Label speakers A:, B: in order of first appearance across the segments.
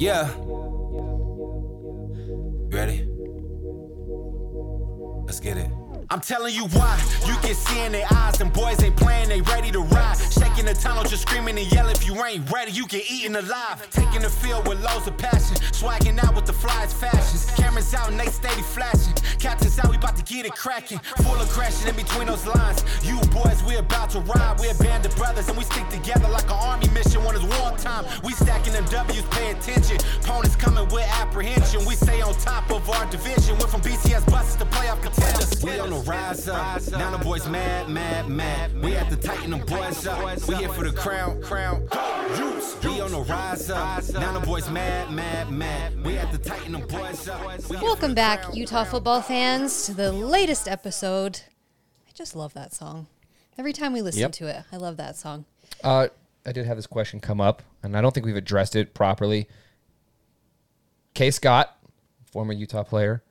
A: Yeah. Ready? Let's get it. I'm telling you why. You can see in their eyes, them boys they playing, they ready to ride. Shaking the tunnel, just screaming and yelling. If you ain't ready, you get eaten alive. Taking the field with loads of passion. Swagging out with the flies fashions. Cameras out and they steady flashing. Captain's out, we about to get it cracking. Full of crashing in between those lines. You boys, we about to ride. We're a band of brothers and we stick together like an army mission when it's wartime. We stacking them W's, pay attention. Opponents coming with apprehension. We stay on top of our division. Went from BCS buses to playoff contenders. We on the rise up. Now the boys mad, mad, mad. We have to tighten them boys up. We here for the crown, crown. We on the rise up. Now the boys mad, mad, mad. We have to tighten them boys up. We here for
B: Welcome
A: the
B: back,
A: crown,
B: Utah
A: crown.
B: football fans, to the latest episode. I just love that song. Every time we listen
C: Yep.
B: to it, I love that song.
C: Uh, I did have this question come up, and I don't think we've addressed it properly. K. Scott, former Utah player.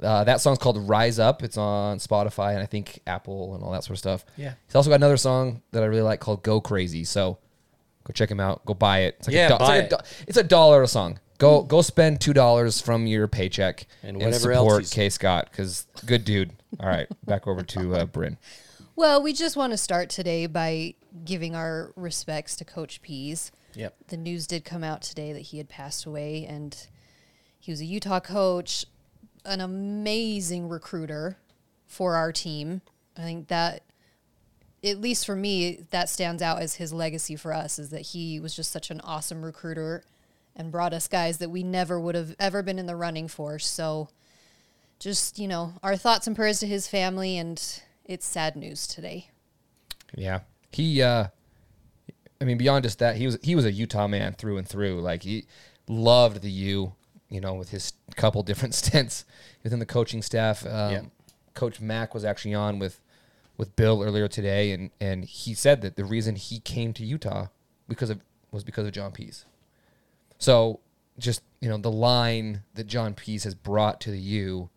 C: Uh, that song's called "Rise Up." It's on Spotify and I think Apple and all that sort of stuff.
D: Yeah.
C: He's also got another song that I really like called "Go Crazy." So go check him out. Go buy it. It's like
D: Yeah,
C: a do-
D: buy
C: it's, like
D: it. Mm.
C: A do- it's a dollar a song. Go go spend two dollars from your paycheck
D: And whatever else
C: support
D: he's-
C: K. Scott because good dude. All right, back over to uh, Bryn.
B: Well, we just want to start today by giving our respects to Coach Pease.
D: Yep.
B: The news did come out today that he had passed away, and he was a Utah coach, an amazing recruiter for our team. I think that, at least for me, that stands out as his legacy for us is that he was just such an awesome recruiter and brought us guys that we never would have ever been in the running for. So, just, you know, our thoughts and prayers to his family, and it's sad news today.
C: Yeah. He uh I mean beyond just that, he was he was a Utah man through and through. Like he loved the U, you know, with his couple different stints within the coaching staff. Um,
D: Yeah.
C: Coach Mack was actually on with with Bill earlier today and and he said that the reason he came to Utah because of was because of John Pease. So just you know the line that John Pease has brought to the U,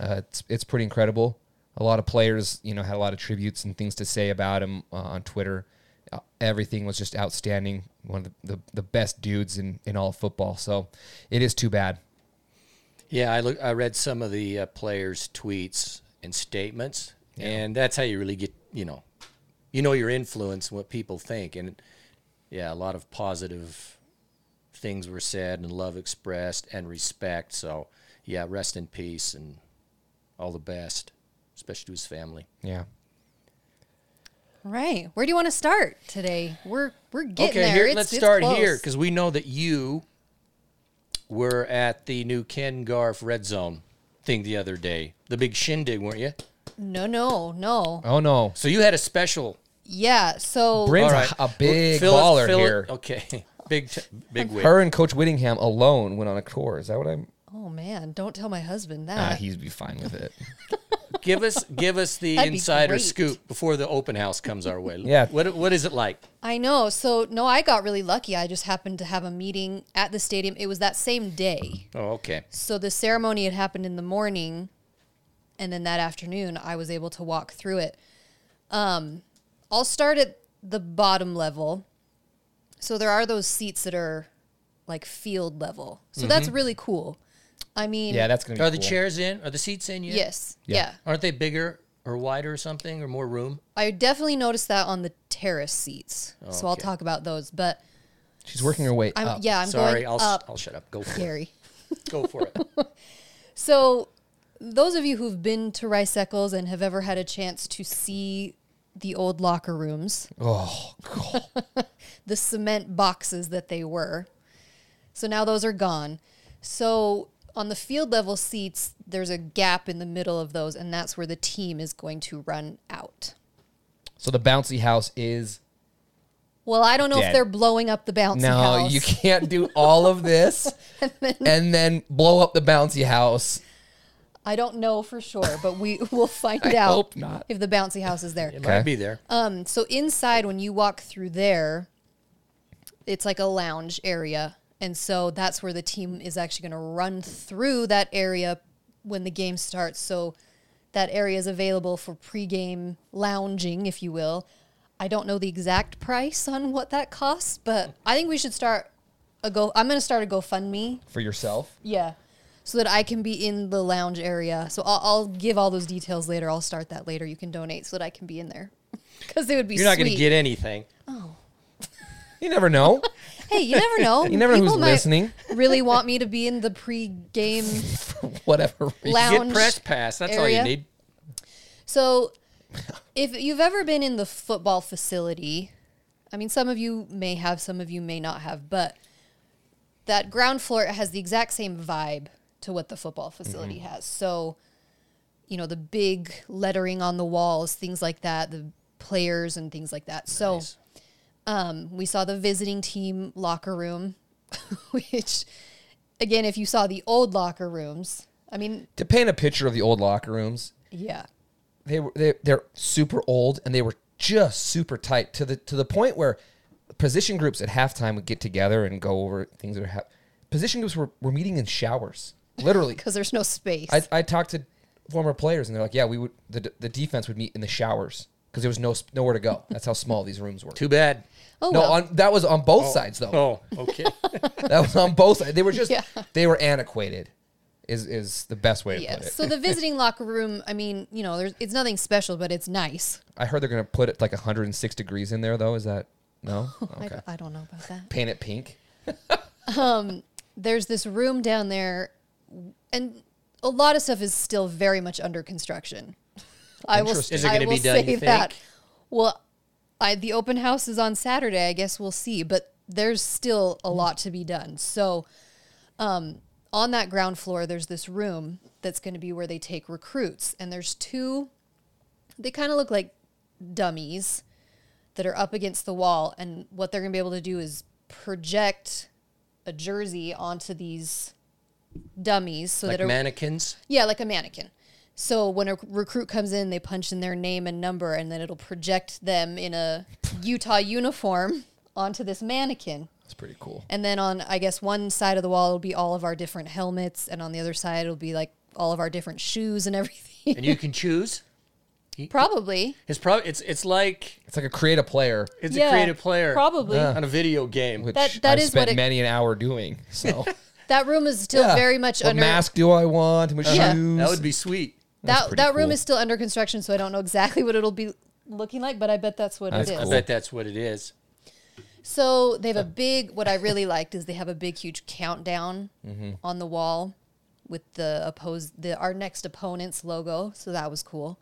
C: uh, it's it's pretty incredible. A lot of players you know had a lot of tributes and things to say about him uh, on Twitter. Uh, everything was just outstanding. One of the, the, the best dudes in in all of football. So it is too bad.
D: Yeah, I look. I read some of the uh, players' tweets and statements, and that's how you really get you know, you know your influence and what people think, and yeah, a lot of positive things were said and love expressed and respect. So yeah, rest in peace and all the best, especially to his family.
C: Yeah.
B: Right. Where do you want to start today? We're we're getting
D: okay,
B: there.
D: here
B: It's-
D: let's
B: it's
D: start here
B: close.
D: because we know that you were at the new Ken Garf Red Zone thing the other day, the big shindig, weren't you?
B: no, no, no.
C: Oh no.
D: So you had a special.
B: Yeah. So
C: Bryn's
D: All
C: a-
D: right.
C: a, big
D: Fill it-
C: baller
D: fill it-
C: here.
D: Okay, big, t- big wig.
C: Her and Coach Whittingham alone went on a tour. Is that what I'm?
B: Oh man, don't tell my husband that.
C: Ah, he'd be fine with it.
D: Give us, give us the
B: That'd be
D: insider
B: great.
D: scoop before the open house comes our way.
C: Yeah.
D: What, what is it like?
B: I know. So no, I got really lucky. I just happened to have a meeting at the stadium. It was that same day.
D: Oh, okay.
B: So the ceremony had happened in the morning, and then that afternoon I was able to walk through it. Um, I'll start at the bottom level. So there are those seats that are like field level. So that's really cool. I mean,
C: Mm-hmm. Yeah, that's gonna be
D: Are the
C: cool.
D: chairs in? Are the seats in yet?
B: yes,
C: Yeah.
B: yeah.
D: Aren't they bigger or wider or something or more room?
B: I definitely noticed that on the terrace seats. So I'll
D: Okay.
B: talk about those. But
C: She's working her way
B: I'm
C: up.
B: yeah, I'm
D: Sorry,
B: going
D: I'll,
B: up.
D: I'll shut up. Go for
B: Gary.
D: it. Go for it.
B: So those of you who've been to Rice Eccles and have ever had a chance to see the old locker rooms,
C: Oh God.
B: the cement boxes that they were. So now those are gone. So on the field level seats, there's a gap in the middle of those, and that's where the team is going to run out.
C: So the bouncy house is
B: Well, I don't know if
C: Dead.
B: they're blowing up the bouncy
C: no.
B: house.
C: You can't do all of this and then blow up the bouncy house.
B: I don't know for sure, but we will find
C: I
B: out
C: hope not.
B: if the bouncy house is there.
D: It
C: Okay.
D: might be there.
B: Um, so inside, when you walk through there, it's like a lounge area, and so that's where the team is actually going to run through that area when the game starts. So that area is available for pregame lounging, if you will. I don't know the exact price on what that costs, but I think we should start a go. I'm gonna start a GoFundMe.
C: for yourself.
B: Yeah, so that I can be in the lounge area. So I'll, I'll give all those details later. I'll start that later. You can donate so that I can be in there because it would be.
D: You're not
B: sweet.
D: going to get anything.
C: You never know.
B: Hey, you never know.
C: You never know who's listening.
B: Really want me to be in the pre-game
C: Whatever. reason.
B: lounge.
D: Get press pass. That's all you
B: area.
D: need.
B: So, if you've ever been in the football facility, I mean, some of you may have, some of you may not have, but that ground floor has the exact same vibe to what the football facility
C: Mm-hmm.
B: has. So, you know, the big lettering on the walls, things like that, the players and things like that. So, um, we saw the visiting team locker room, which, again, if you saw the old locker rooms, I mean,
C: to paint a picture of the old locker rooms,
B: yeah.
C: they were they, they're super old and they were just super tight to the to the point where position groups at halftime would get together and go over things that are hap- position groups were, were meeting in showers literally
B: Because there's no space.
C: I, I talked to former players and they're like yeah we would the, d- the defense would meet in the showers because there was no sp- nowhere to go that's how small these rooms were
D: Too bad.
B: oh,
C: no
B: well.
C: on, that was on both sides though
D: Oh, okay.
C: that was on both sides they were just
B: Yeah.
C: they were antiquated is is the best way to put it
B: Yes. So the visiting locker room, I mean, you know, there's it's nothing special, but it's nice.
C: I heard they're gonna put it like 106 degrees in there though. Is that no?
B: Oh, I
C: Okay.
B: don't- I, don't know about that.
C: Paint it pink.
B: There's this room down there, and a lot of stuff is still very much under construction. I will.
C: Interesting.
D: Is it
B: I
D: gonna be
B: will
D: done, you
B: say that.
D: think?
B: Well, I, the open house is on Saturday. I guess we'll see, but there's still
D: Hmm.
B: a lot to be done. So, um, on that ground floor, there's this room that's going to be where they take recruits, and there's two. They kind of look like dummies. that are up against the wall and what they're going to be able to do is project a jersey onto these dummies so
D: like
B: that a,
D: mannequins.
B: yeah like a mannequin so when a recruit comes in they punch in their name and number and then it'll project them in a utah uniform onto this mannequin
C: That's pretty cool.
B: and then on i guess one side of the wall it'll be all of our different helmets and on the other side it'll be like all of our different shoes and everything
D: And you can choose.
B: probably
D: It's probably it's it's like
C: It's like a create a player,
D: it's a
B: Yeah,
D: creative player
B: probably. Yeah.
D: on a video game.
C: which
B: That- that
C: I've
B: is what
C: spent
B: it-
C: many an hour doing. So
B: that room is still
C: Yeah.
B: very much
C: what
B: under
C: mask do I want? Which
B: Yeah.
C: shoes?
D: that would be sweet.
C: That's
B: That
C: pretty
B: that room
C: cool.
B: is still under construction, so I don't know exactly what it'll be looking like, but I bet that's what
C: That's
B: it is.
C: cool.
D: I bet that's what it is.
B: So they have a big. What I really liked is they have a big, huge countdown
C: Mm-hmm.
B: on the wall with the opposed the our next opponent's logo. So that was cool.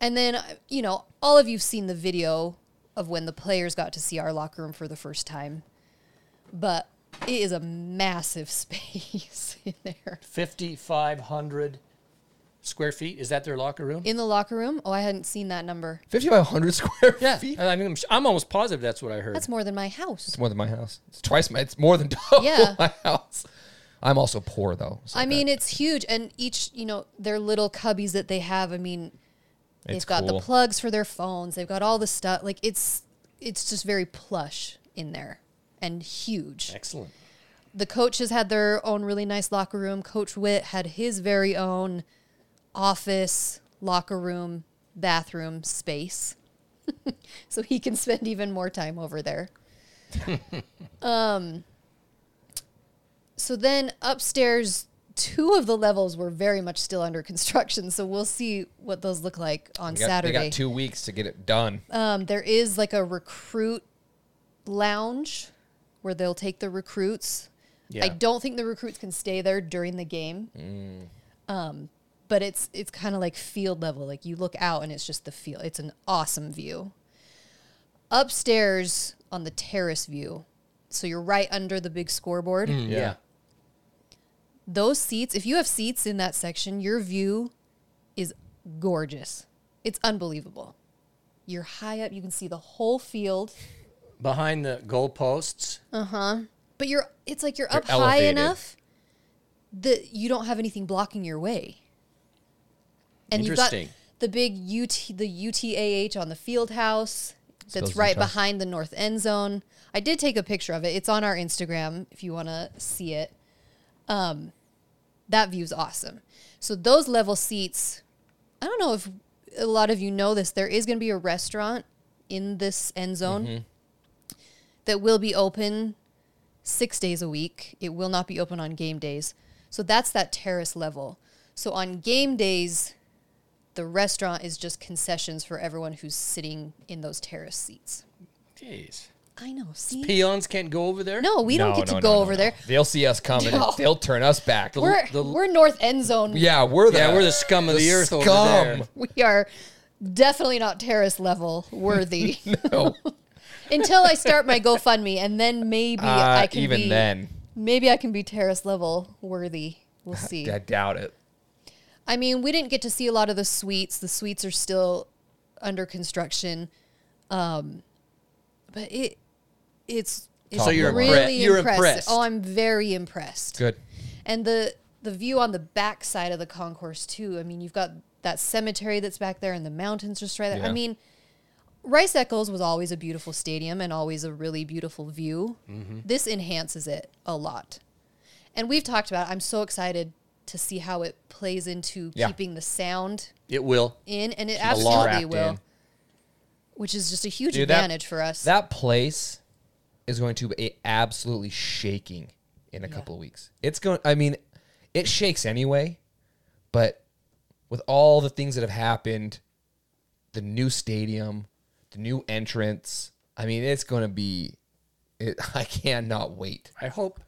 B: And then uh, you know, all of you've seen the video of when the players got to see our locker room for the first time, but it is a massive space in there.
D: Fifty five hundred square feet. Is that their locker room?
B: In the locker room, oh, I hadn't seen that number.
C: 5,500 square
D: yeah.
C: feet.
D: I mean, I'm, I'm almost positive that's what I heard.
B: That's more than my house.
C: It's more than my house. It's twice my. It's more than double
B: Yeah.
C: my house. I'm also poor though. So
B: I mean, it's huge, and each you know their little cubbies that they have. I mean, they've
C: It's
B: got
C: cool.
B: the plugs for their phones. They've got all the stuff. Like it's it's just very plush in there and huge.
D: Excellent.
B: The coaches had their own really nice locker room. Coach Witt had his very own office, locker room, bathroom space. so he can spend even more time over there. Um, So then upstairs, two of the levels were very much still under construction. So we'll see what those look like on
C: They got-
B: Saturday.
C: They got two weeks to get it done.
B: Um, there is like a recruit lounge where they'll take the recruits.
D: Yeah.
B: I don't think the recruits can stay there during the game. Um, but it's it's kind of like field level. Like you look out and it's just the field. It's an awesome view. Upstairs on the terrace view, so you're right under the big scoreboard.
D: Yeah.
B: Those seats, if you have seats in that section, your view is gorgeous. It's unbelievable. You're high up, you can see the whole field.
D: Behind the goalposts.
B: Uh. but you're it's like you're
C: You're
B: up high
C: elevated.
B: enough that you don't have anything blocking your way. And you've got
D: Interesting.
B: the big UT the UTAH on the field house that's
C: Spells
B: right
C: Utah.
B: behind the north end zone. I did take a picture of it. It's on our Instagram if you want to see it. Um that view's awesome. So those level seats, I don't know if a lot of you know this, there is going to be a restaurant in this end zone that will be open six days a week. It will not be open on game days. So that's that terrace level. So on game days, the restaurant is just concessions for everyone who's sitting in those terrace seats.
D: Jeez.
B: I know. See,
D: Peons can't go over there?
B: no, we don't
C: No,
B: get to
C: no,
B: go
C: no, no,
B: over
C: no.
B: there.
C: They'll see us coming.
B: No.
C: And they'll turn us back.
B: We're
D: the-
B: we're north end zone.
C: yeah, we're the
D: Yeah, we're the scum of the earth over there.
B: we are definitely not terrace level worthy
C: No,
B: until I start my GoFundMe, and then maybe
C: Uh,
B: I can
C: even
B: be,
C: then,
B: Maybe I can be terrace level worthy. We'll see.
C: I doubt it.
B: I mean, we didn't get to see a lot of the suites. The suites are still under construction, um, but it it's it's
C: So you're
B: really
C: impre-
D: you're
B: impressive.
D: impressed.
B: Oh, I'm very impressed.
C: Good.
B: And the the view on the back side of the concourse too. I mean, you've got that cemetery that's back there and the mountains just right there. I
C: Yeah.
B: mean, Rice Eccles was always a beautiful stadium and always a really beautiful view.
C: Mm-hmm.
B: This enhances it a lot. And we've talked about it. I'm so excited to see how it plays into
C: Yeah.
B: keeping the sound
D: It will.
B: in and it
C: the law
B: absolutely
C: wrapped
B: will.
C: in.
B: Which is just a huge
C: Dude, that-
B: advantage for us.
C: That place is going to be absolutely shaking in a couple of weeks. It's going. I mean, it shakes anyway, but with all the things that have happened, the new stadium, the new entrance. I mean, it's going to be. It, I cannot wait.
D: I hope,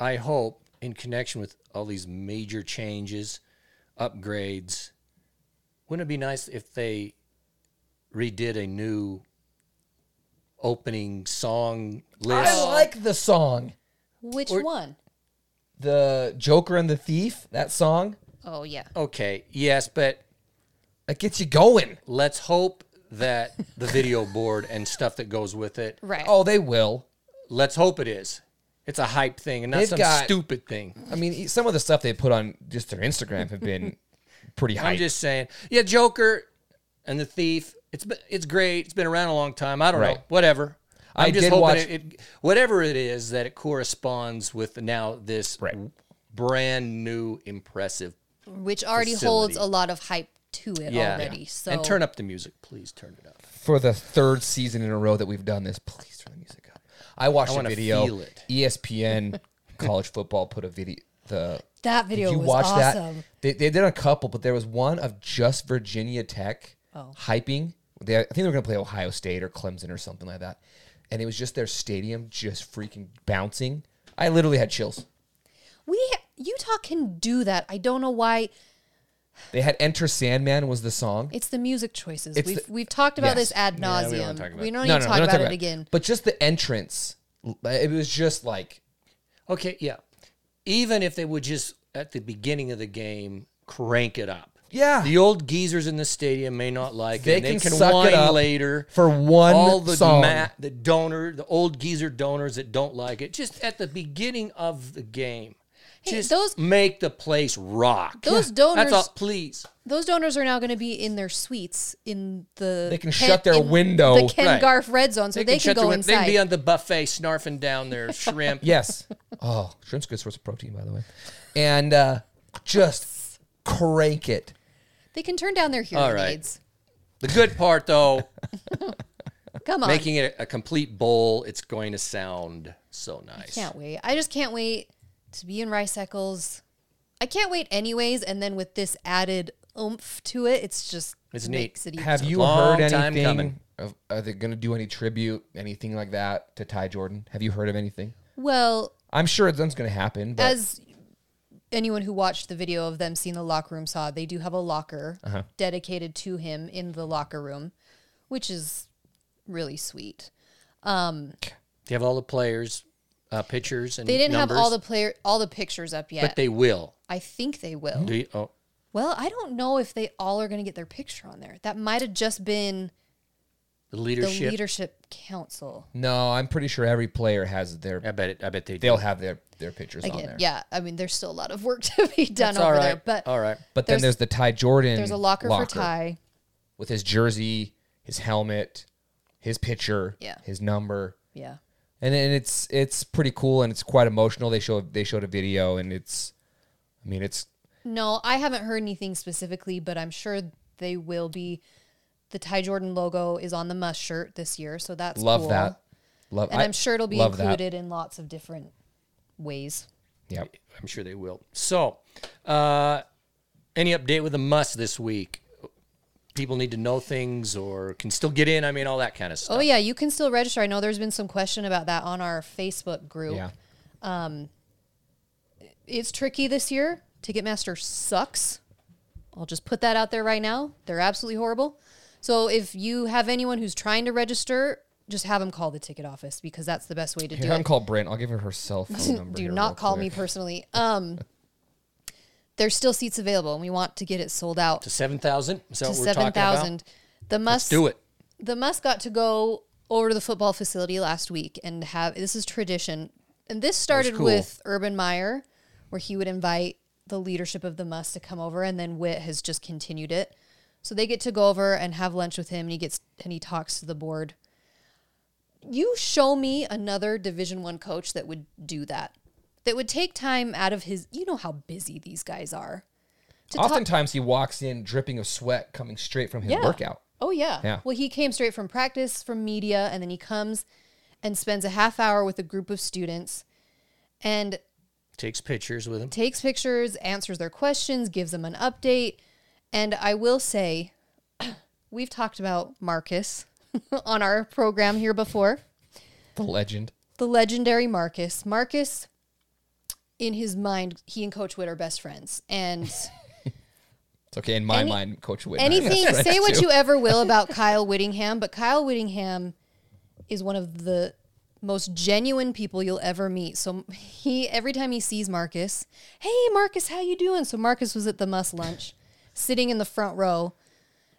D: I hope, in connection with all these major changes, upgrades, wouldn't it be nice if they redid a new opening song list?
C: I like the song,
B: Which
D: or-
B: one?
C: the Joker and the Thief. That song
B: Oh yeah.
D: Okay, yes, but
C: that gets you going.
D: let's hope that the video board and stuff that goes with it.
B: Right.
C: Oh, they will.
D: Let's hope it is. It's a hype thing and not
C: They've
D: some
C: got-
D: stupid thing.
C: I mean, e, some of the stuff they put on just their Instagram have been pretty hype.
D: I'm just saying. Yeah, Joker and the Thief. It's been, it's great. It's been around a long time. I don't know.
C: Right.
D: Whatever. I'm
C: I
D: just
C: did
D: hoping
C: watch-
D: it, it- whatever it is that it corresponds with now this
C: Right.
D: brand new impressive.
B: Which already
D: Facility.
B: holds a lot of hype to it already. So
D: and turn up the music, please turn it up.
C: for the third season in a row that we've done this. Please turn the music up. I watched a
D: wanna
C: video. E
D: feel it.
C: ESPN college football put a video. The
B: That video
C: Did you
B: was
C: watch
B: awesome.
C: that? They, they did a couple, but there was one of just Virginia Tech
B: Oh.
C: hyping. They, I think they were going to play Ohio State or Clemson or something like that, and it was just their stadium just freaking bouncing. I literally had chills.
B: We Utah can do that. I don't know why.
C: They had "Enter Sandman" was the song.
B: It's the music choices.
C: It's
B: we've
C: the-
B: we've talked about
C: yes.
B: this ad
D: Yeah, we don't wanna
B: nauseum.
D: talk about
B: we
D: it.
B: don't need
C: no,
B: to
C: no,
B: talk
C: no,
B: about it again.
C: But just the entrance, it was just like
D: Okay, yeah. Even if they would just at the beginning of the game crank it up.
C: Yeah.
D: The old geezers in the stadium may not like
C: They
D: it. and
C: can
D: they can
C: suck it
D: whine
C: up
D: later
C: for one
D: All the
C: song.
D: the donor, the old geezer donors that don't like it. Just at the beginning of the game,
B: Hey,
D: just
B: those-
D: make the place rock.
B: Those
D: That's
B: donors-
D: all, please.
B: Those donors are now going to be in their suites in the.
C: They can shut their window.
B: The Ken
D: Right.
B: Garf red zone, so they, can,
D: shut
B: go
D: their win- They
B: inside.
D: can be on the buffet snarfing down their shrimp.
C: Yes. Oh, shrimp's a good source of protein, by the way. And uh, just crank it.
B: they can turn down their hearing
D: right.
B: aids.
D: The good part, though,
B: Come on,
D: making it a complete bowl, it's going to sound so nice.
B: can't wait. I just can't wait to be in Rice Eccles. I can't wait, anyways. And then with this added oomph to it, it's just
D: It's neat.
B: makes It even
C: Have you
D: long
C: heard
D: time
C: anything?
D: coming.
C: Of, are they going to do any tribute, anything like that to Ty Jordan? Have you heard of anything?
B: well.
C: I'm sure it's going to happen, but
B: as anyone who watched the video of them seeing the locker room saw, they do have a locker
D: Uh-huh.
B: dedicated to him in the locker room, which is really sweet.
D: They have all the players, uh, pictures, and
B: They didn't have all the
D: numbers,
B: player all the pictures up yet.
D: but they will.
B: I think they will.
D: Do you, oh,
B: Well, I don't know if they all are going to get their picture on there. That might have just been
D: the
B: the
D: leadership.
B: leadership council.
C: no, I'm pretty sure every player has their.
D: I bet. It, I bet they.
C: They'll have their their pictures on
B: Again,
C: there.
B: yeah, I mean there's still a lot of work to be done
D: It's
B: over
D: all right.
B: there, but
D: all right.
C: But then
B: there's-
C: there's the Ty Jordan.
B: there's a locker, for Ty.
C: with his jersey, his helmet, his picture,
B: Yeah.
C: his number.
B: Yeah.
C: and, and it's it's pretty cool and it's quite emotional. They show they showed a video and it's, I mean it's
B: No, I haven't heard anything specifically, but I'm sure they will be. The Ty Jordan logo is on the must shirt this year, so that's
C: love
B: cool.
C: that. Love,
B: and
C: I
B: I, am sure it'll be
C: love that.
B: included in lots of different ways.
C: Yep.
D: I'm sure they will. So, uh, any update with the must this week? People need to know things or can still get in. I mean, all that kind of stuff.
B: Oh yeah, you can still register. I know there's been some question about that on our Facebook group.
C: Yeah.
B: It's tricky this year. Ticketmaster sucks. I'll just put that out there right now. They're absolutely horrible. So if you have anyone who's trying to register, just have them call the ticket office because that's the best way to
C: Here,
B: do
C: I'm
B: it.
C: call Brent. I'll give her her cell phone number.
B: do
C: here real
B: not call me
C: quick.
B: personally. Um, there's still seats available, and we want to get it sold out
D: To 7,000? Is that
B: Oh. to
D: what we're
B: seven
D: talking about?
B: thousand. The must
D: Do it.
B: the Musk got to go over to the football facility last week and have this is tradition. And this started
D: cool.
B: with Urban Meyer, where he would invite the leadership of the Musk to come over, and then Witt has just continued it. So they get to go over and have lunch with him, and he gets and he talks to the board. You show me another Division One coach that would do that, that would take time out of his. You know how busy these guys are. To talk-
C: Oftentimes he walks in dripping of sweat coming straight from his workout.
B: Oh yeah.
C: Yeah.
B: Well, he came straight from practice, from media, and then he comes and spends a half hour with a group of students and
D: Takes pictures with them.
B: takes pictures, answers their questions, gives them an update. And I will say, we've talked about Marcus on our program here before
C: The legend.
B: the legendary Marcus. Marcus, in his mind, he and Coach Witt are best friends. And
C: It's okay. In my
B: Any-
C: mind, Coach Whitman.
B: anything, say what you ever will about Kyle Whittingham, but Kyle Whittingham is one of the most genuine people you'll ever meet. So he, every time he sees Marcus, hey, Marcus, how you doing? So Marcus was at the must lunch, sitting in the front row.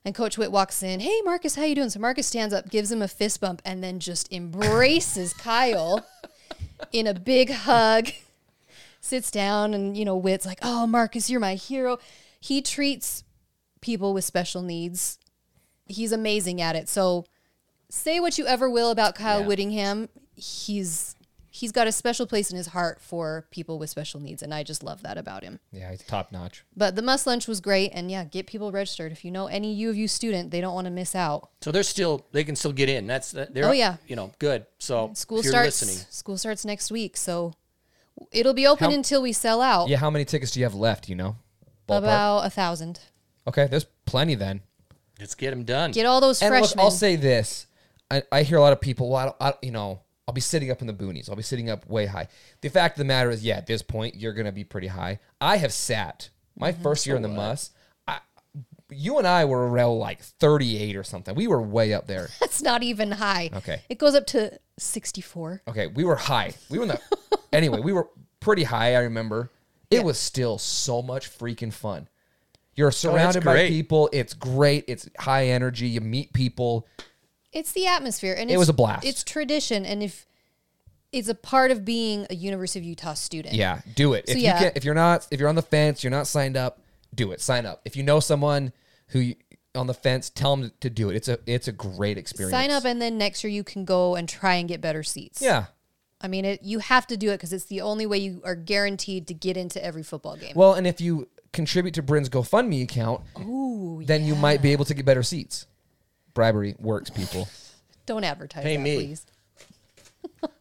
B: And Coach Witt walks in. Hey, Marcus, how you doing? So Marcus stands up, gives him a fist bump, and then just embraces Kyle in a big hug. Sits down, and you know, Witt's like, "Oh, Marcus, you're my hero." He treats people with special needs. He's amazing at it. So, say what you ever will about Kyle Whittingham, he's he's got a special place in his heart for people with special needs, and I just love that about him.
C: Yeah, he's top notch.
B: But the must lunch was great, and yeah, get people registered. If you know any U of U student, they don't want to miss out.
D: So they're still, they can still get in. That's, they're,
B: Oh, yeah.
D: You know, good. So
B: School
D: if you're
B: starts
D: listening.
B: school starts next week, so it'll be open
C: How-
B: until we sell out.
C: Yeah, how many tickets do you have left? You know, Ballpark?
B: about a thousand.
C: Okay, there's plenty then.
D: Let's get them done.
B: Get all those
C: And look,
B: freshmen.
C: I'll say this: I, I hear a lot of people. Well, I don't, I don't- you know, I'll be sitting up in the boonies. I'll be sitting up way high. The fact of the matter is, yeah, at this point, you're gonna be pretty high. I have sat my first year in the mus. I, you and I were around like 38 or something. We were way up there.
B: That's not even high.
C: Okay.
B: it goes up to sixty-four.
C: Okay, we were high. We were in the anyway. We were pretty high. I remember. It was still so much freaking fun. You're surrounded by
D: great.
C: people. It's great. It's high energy. You meet people.
B: It's the atmosphere, and
C: It
B: it's,
C: was a blast.
B: It's tradition, and if it's a part of being a University of Utah student,
C: Yeah, do it.
B: So,
C: if
B: yeah.
C: you can if you're not if you're on the fence, you're not signed up, do it. Sign up. If you know someone who you, on the fence, tell them to do it. It's a it's a great experience.
B: sign up, and then next year you can go and try and get better seats.
C: Yeah.
B: I mean, it, you have to do it because it's the only way you are guaranteed to get into every football game.
C: Well, and if you contribute to Bryn's GoFundMe account, then you might be able to get better seats. Bribery works, people.
B: Don't advertise
D: Pay
B: that,
D: me.
B: please.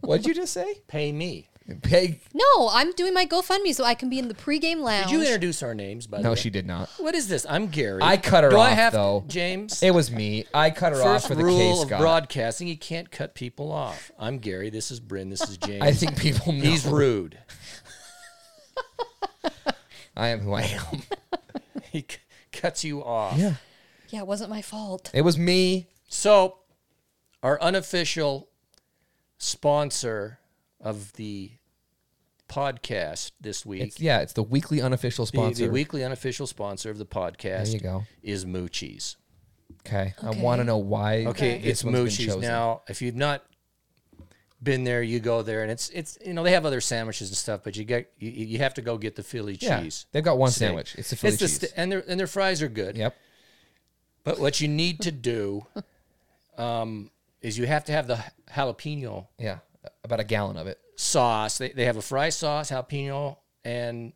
C: What'd you just say?
D: Pay me.
C: Peg?
B: No, I'm doing my GoFundMe so I can be in the pregame lounge.
D: Did you introduce our names, by the
C: No,
D: way?
C: she did not.
D: What is this? I'm Gary.
C: I cut her
D: Do I
C: off,
D: have
C: though.
D: James?
C: It was me. I cut her off
D: First
C: for the
D: rule
C: case,
D: of
C: Scott.
D: broadcasting: you can't cut people off. I'm Gary. This is Bryn. This is James.
C: I think people know
D: he's rude.
C: I am who I am.
D: He c- cuts you off.
C: Yeah.
B: yeah, it wasn't my fault.
C: It was me.
D: So, our unofficial sponsor of the podcast this week,
C: It's yeah, it's the weekly unofficial
D: the,
C: sponsor.
D: the weekly unofficial sponsor of the podcast,
C: There you go.
D: is Moochie's.
C: Okay. I
B: Okay.
C: want to know why.
D: Okay,
C: this
D: it's
C: one's been
D: Moochie's
C: chosen.
D: now. If you've not been there, you go there, and it's it's you know they have other sandwiches and stuff, but you get you, you have to go get the Philly
C: Yeah,
D: cheese.
C: they've got one
D: steak.
C: sandwich. It's the Philly
D: the
C: cheese.
D: st- and their and their fries are good.
C: Yep.
D: But what you need to do um, is you have to have the jalapeno
C: Yeah. About a gallon of it.
D: sauce. They, they have a fry sauce, jalapeno, and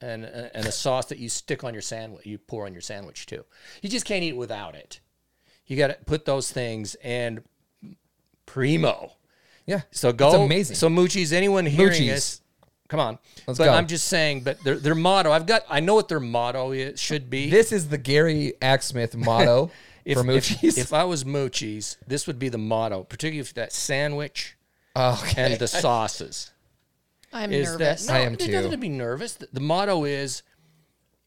D: and and a sauce that you stick on your sandwich. You pour on your sandwich too. You just can't eat without it. You got to put those things and primo.
C: Yeah.
D: So go.
C: It's amazing.
D: So Moochie's anyone hearing
C: Moochies.
D: us? Come on.
C: Let's
D: but
C: go.
D: I'm just saying. But their their motto. I've got. I know what their motto is, should be.
C: this is the Gary Axsmith motto
D: if,
C: for Moochie's.
D: If, if I was Moochie's, this would be the motto, particularly if that sandwich
C: Oh, okay.
D: and the sauces.
B: I'm
D: is
B: nervous.
D: that
C: I am
D: there's
C: too.
D: nothing to be nervous. The, the motto is,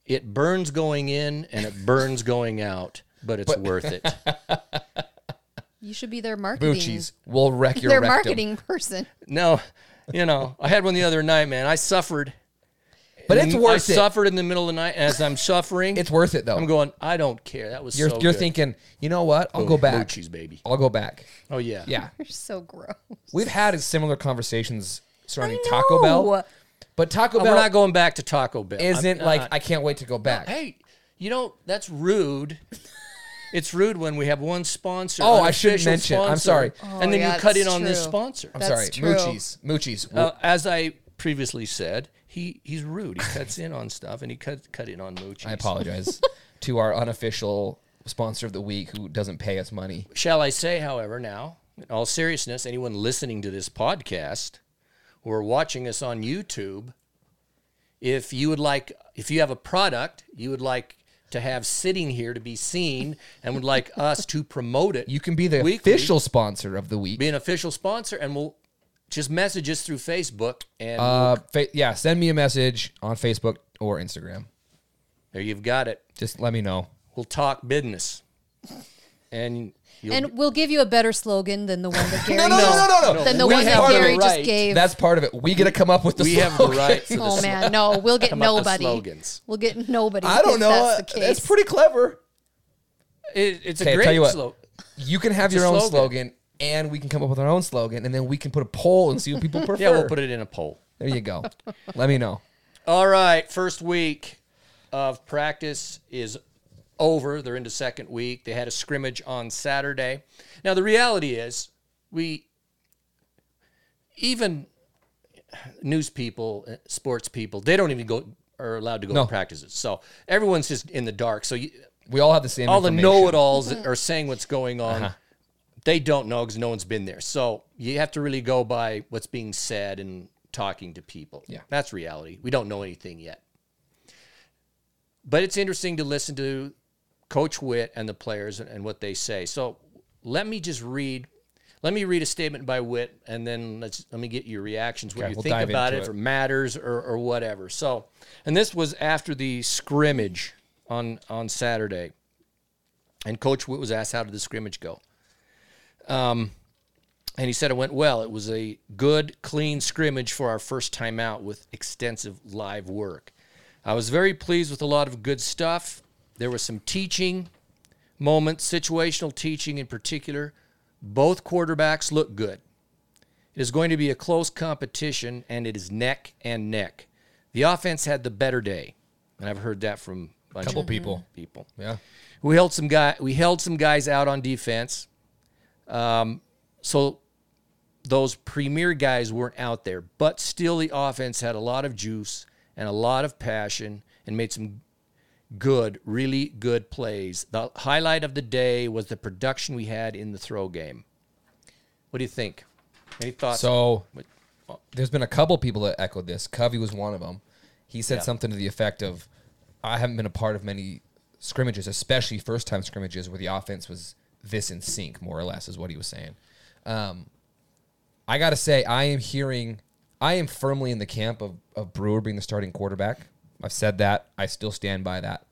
D: it burns going in and it burns going out, but it's worth it.
B: you should be their marketing.
C: Moochie's will wreck your
B: Their
C: rectum.
B: marketing person.
D: No, you know, I had one the other night, man. I suffered.
C: But
D: In
C: it's
D: the-
C: worth
D: Mm, I
C: it.
D: suffered in the middle of the night. As I'm suffering,
C: It's worth it though.
D: I'm going. I don't care. That was
C: you're
D: so
C: you're
D: good. Oh,
C: thinking, you know what? I'll go back.
D: Moochie's, baby.
C: I'll go back.
D: Oh yeah,
C: Yeah.
B: You're so gross.
C: We've had similar conversations surrounding
B: I
C: Taco
B: know.
C: Bell. But Taco
D: Oh,
C: Bell
D: we're not going back to Taco Bell. I'm
C: isn't like
D: not.
C: I can't wait to go back.
D: hey, you know that's rude. It's rude when we have one sponsor.
C: Oh,
D: an
C: I shouldn't
D: official
C: mention. I'm
D: sponsor,
C: sorry.
B: Oh,
D: and then
B: yeah,
D: you cut
B: that's
D: in on this
B: true.
D: sponsor.
C: I'm
B: That's
C: sorry.
B: true. Oh,
C: Moochie's. Moochie's.
D: Uh, as I previously said, he, he's rude. He cuts in on stuff, and he cut cut in on Moochie's.
C: I apologize to our unofficial sponsor of the week who doesn't pay us money.
D: Shall I say, however, now, in all seriousness, anyone listening to this podcast or watching us on YouTube, if you would like, if you have a product you would like to have sitting here to be seen and would like us to promote it,
C: You can be the
D: weekly,
C: official sponsor of the week.
D: be an official sponsor, and we'll just message us through Facebook. And
C: Uh, fa- yeah, send me a message on Facebook or Instagram.
D: there you've got it.
C: Just let me know.
D: We'll talk business, and you'll
B: And we'll give you a better slogan than the one that Gary.
C: no, no, no, no, no.
B: Than the
D: We
B: one that
D: have the
B: Gary just
D: right.
B: gave.
C: That's part of it. We got to come up with the
D: we have the
C: slogan.
D: right. To the
B: oh
D: sl-
B: man, no, we'll get
D: come up with
B: nobody.
D: slogans.
B: We'll get nobody.
C: I don't
B: if
C: know.
B: That's
C: That's,
B: the case.
C: pretty clever.
D: It- it's
C: Okay,
D: a
C: I
D: great
C: tell you what.
D: slogan.
C: You can have
D: a
C: your own slogan.
D: slogan.
C: and we can come up with our own slogan, and then we can put a poll and see what people prefer.
D: Yeah, we'll put it in a poll.
C: There you go. Let me know.
D: All right, first week of practice is over. They're into second week. They had a scrimmage on Saturday. Now the reality is, we even news people, uh, sports people, they don't even go are allowed to go
C: No.
D: to practices. So everyone's just in the dark. So you,
C: We all have the same.
D: all the
C: information. Uh-huh.
D: know-it-alls that are saying what's going on. They don't know because no one's been there. So you have to really go by what's being said and talking to people.
C: Yeah.
D: that's reality. We don't know anything yet, but it's interesting to listen to Coach Witt and the players and, and what they say. So let me just read. Let me read a statement by Witt, and then let's let me get your reactions. What
C: Okay,
D: you
C: we'll dive
D: think about
C: into
D: it,
C: it.
D: or matters or, or whatever. So, and this was after the scrimmage on on Saturday. And Coach Witt was asked, "How did the scrimmage go?" Um, and he said it went well. It was a good, clean scrimmage for our first time out with extensive live work. I was very pleased with a lot of good stuff. There was some teaching moments, situational teaching in particular. Both quarterbacks look good. It is going to be a close competition, and it is neck and neck. The offense had the better day, and I've heard that from a bunch
C: Couple
D: of
C: people.
D: people.
C: Yeah.
D: We held some guy. We held some guys out on defense. Um, so those premier guys weren't out there, but still the offense had a lot of juice and a lot of passion and made some good, really good plays. The highlight of the day was the production we had in the throw game. What do you think? Any thoughts?
C: So there's been a couple people that echoed this. Covey was one of them. He said something to the effect of, "I haven't been a part of many scrimmages, especially first time scrimmages where the offense was this in sync, more or less," is what he was saying. Um, I gotta say, I am hearing, I am firmly in the camp of, of Brewer being the starting quarterback. I've said that. I still stand by that.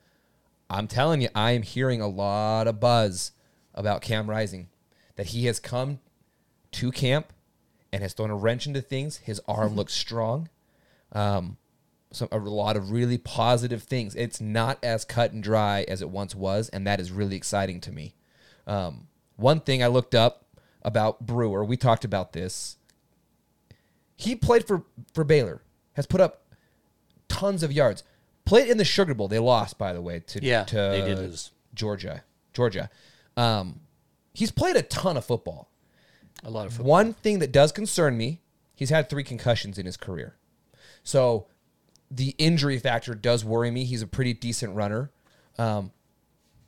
C: I'm telling you, I am hearing a lot of buzz about Cam Rising, that he has come to camp and has thrown a wrench into things. His arm looks strong. Um, so a lot of really positive things. It's not as cut and dry as it once was, and that is really exciting to me. Um, one thing I looked up about Brewer, we talked about this. He played for for Baylor, has put up tons of yards. Played in the Sugar Bowl. They lost, by the way, to
D: Yeah,
C: to
D: they did lose.
C: Georgia. Georgia. Um, he's played a ton of football.
D: a lot of football.
C: One thing that does concern me, he's had three concussions in his career. So the injury factor does worry me. He's a pretty decent runner. Um,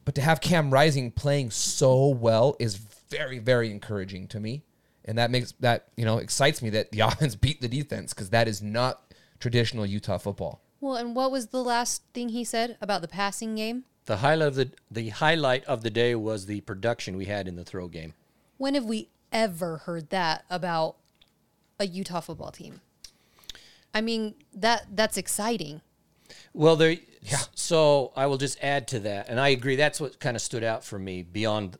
C: but to have Cam Rising playing so well is very, very encouraging to me. and that makes that you know excites me that the offense beat the defense because that is not traditional Utah football.
B: Well, and what was the last thing he said about the passing game?
D: The highlight of the the highlight of the day was the production we had in the throw game.
B: When have we ever heard that about a Utah football team? I mean, that that's exciting.
D: Well, there. Yeah. So I will just add to that, and I agree. That's what kind of stood out for me beyond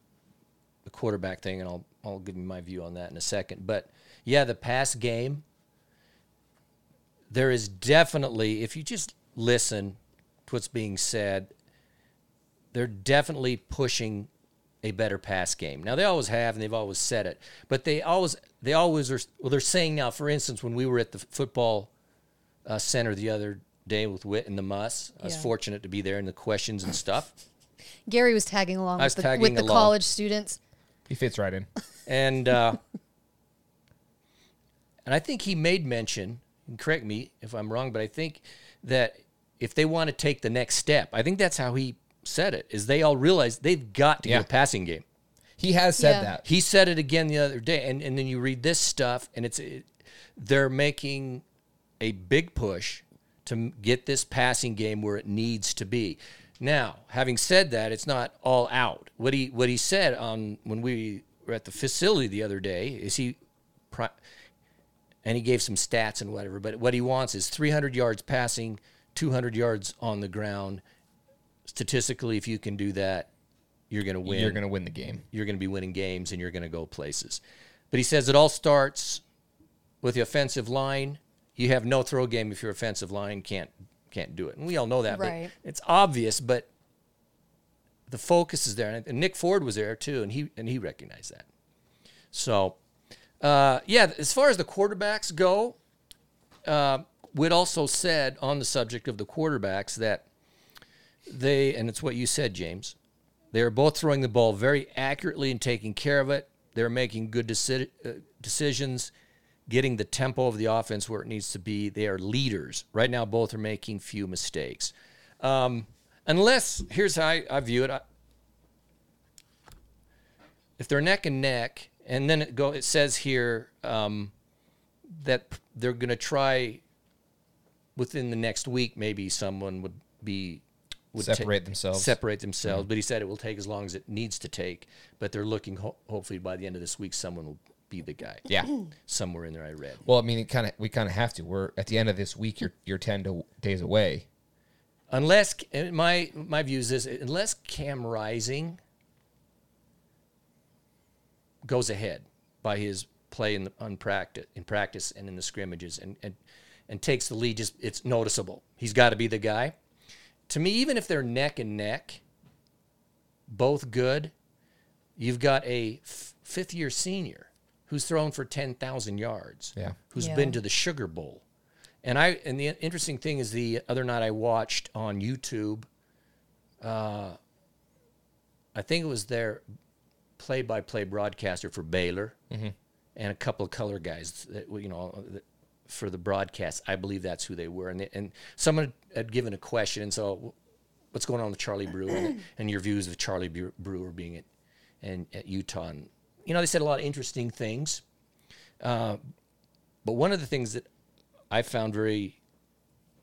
D: the quarterback thing, and I'll I'll give you my view on that in a second. But yeah, the pass game. There is definitely, if you just listen to what's being said, they're definitely pushing a better pass game. Now they always have, and they've always said it. But they always they always are. Well, they're saying now. For instance, when we were at the football uh, center the other day with Wit and the Muss, I was
B: Yeah.
D: fortunate to be there and the questions and stuff.
B: Gary was tagging along with
D: I was
B: the,
D: tagging
B: with the
D: along.
B: college students.
C: He fits right in.
D: and uh, and I think he made mention. And correct me if I'm wrong, but I think that if they want to take the next step, I think that's how he said it. Is they all realize they've got to
C: Yeah.
D: get a passing game.
C: He has said
B: Yeah.
C: that.
D: He said it again the other day, and and then you read this stuff, and it's it, they're making a big push to m- get this passing game where it needs to be. Now, having said that, it's not all out. What he what he said on when we were at the facility the other day is he, pri- and he gave some stats and whatever. But what he wants is 300 yards passing, 200 yards on the ground. Statistically, if you can do that, you're going to win
C: You're gonna win the game.
D: you're going to be winning games and you're going to go places. But he says it all starts with the offensive line. You have no throw game if your offensive line can't can't do it, and we all know that.
B: Right.
D: But it's obvious, but the focus is there, and Nick Ford was there too, and he and he recognized that. So, uh, yeah, as far as the quarterbacks go, uh, Witt also said on the subject of the quarterbacks that they, and it's what you said, James, they are both throwing the ball very accurately and taking care of it. They're making good deci- uh, decisions, getting the tempo of the offense where it needs to be. They are leaders. Right now, both are making few mistakes. Um, unless, here's how I, I view it. I, if they're neck and neck, and then it go, it says here um, that p- they're going to try within the next week. Maybe someone would be would ta-
C: Separate themselves. Mm-hmm.
D: separate themselves. But he said it will take as long as it needs to take. But they're looking ho- hopefully by the end of this week, someone will be the guy.
C: Yeah.
D: somewhere in there I read.
C: Well, I mean, it kind of we kind of have to. We're at the end of this week. You're you're ten to, days away.
D: Unless and my my view is this: unless Cam Rising goes ahead by his play in the on practice, in practice and in the scrimmages, and and and takes the lead, just it's noticeable. He's got to be the guy. To me, even if they're neck and neck, both good, you've got a f- fifth year senior who's thrown for 10,000 yards,
C: Yeah.
D: who's
B: Yeah.
D: been to the Sugar Bowl. And I and the interesting thing is the other night I watched on YouTube uh, I think it was their play-by-play broadcaster for Baylor and a couple of color guys that you know that- for the broadcast. I believe that's who they were. And they, and someone had given a question, and so what's going on with Charlie Brewer and, and your views of Charlie Bre- Brewer being at and at Utah? And, you know, they said a lot of interesting things. Uh, But one of the things that I found very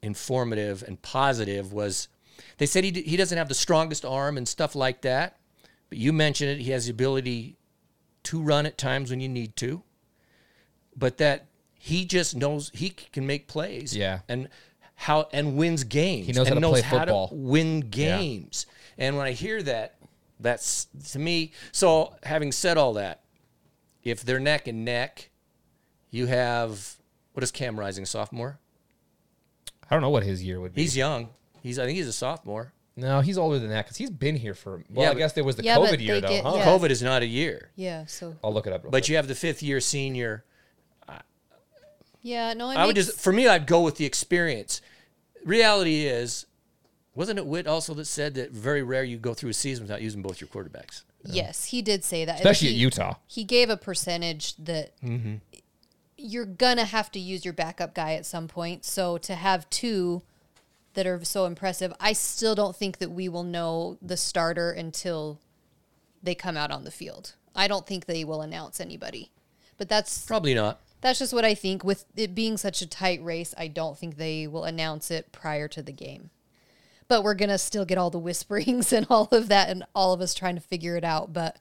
D: informative and positive was they said he, d- he doesn't have the strongest arm and stuff like that. But you mentioned it. He has the ability to run at times when you need to. But that he just knows he c- can make plays.
C: Yeah.
D: And how and wins games.
C: knows how
D: and
C: to play football.
D: win games. And when I hear that, that's to me. So having said all that, if they're neck and neck, you have what is Cam Rising a sophomore?
C: I don't know what his year would be.
D: He's young. He's I think he's a sophomore.
C: no, he's older than that because he's been here for. Well,
D: Yeah,
C: I
D: but-
C: guess there was the
B: Yeah, but
C: COVID year
B: they
C: though,
B: get-
C: huh?
B: yeah.
D: COVID is not a year,
B: Yeah, so
C: I'll look it up. Real
D: but
C: quick.
D: you have the fifth year senior.
B: yeah, no, it
D: I would
B: makes-
D: just for me, I'd go with the experience. Reality is, wasn't it Witt also that said that very rare you go through a season without using both your quarterbacks?
B: yes, he did say that.
C: especially at
B: He-
C: Utah. Mm-hmm.
B: he gave a percentage that you're gonna have to use your backup guy at some point. So to have two that are so impressive, I still don't think that we will know the starter until they come out on the field. I don't think they will announce anybody. But But that's
D: Probably not.
B: that's just what I think. With it being such a tight race, I don't think they will announce it prior to the game. But we're gonna still get all the whisperings and all of that, and all of us trying to figure it out. But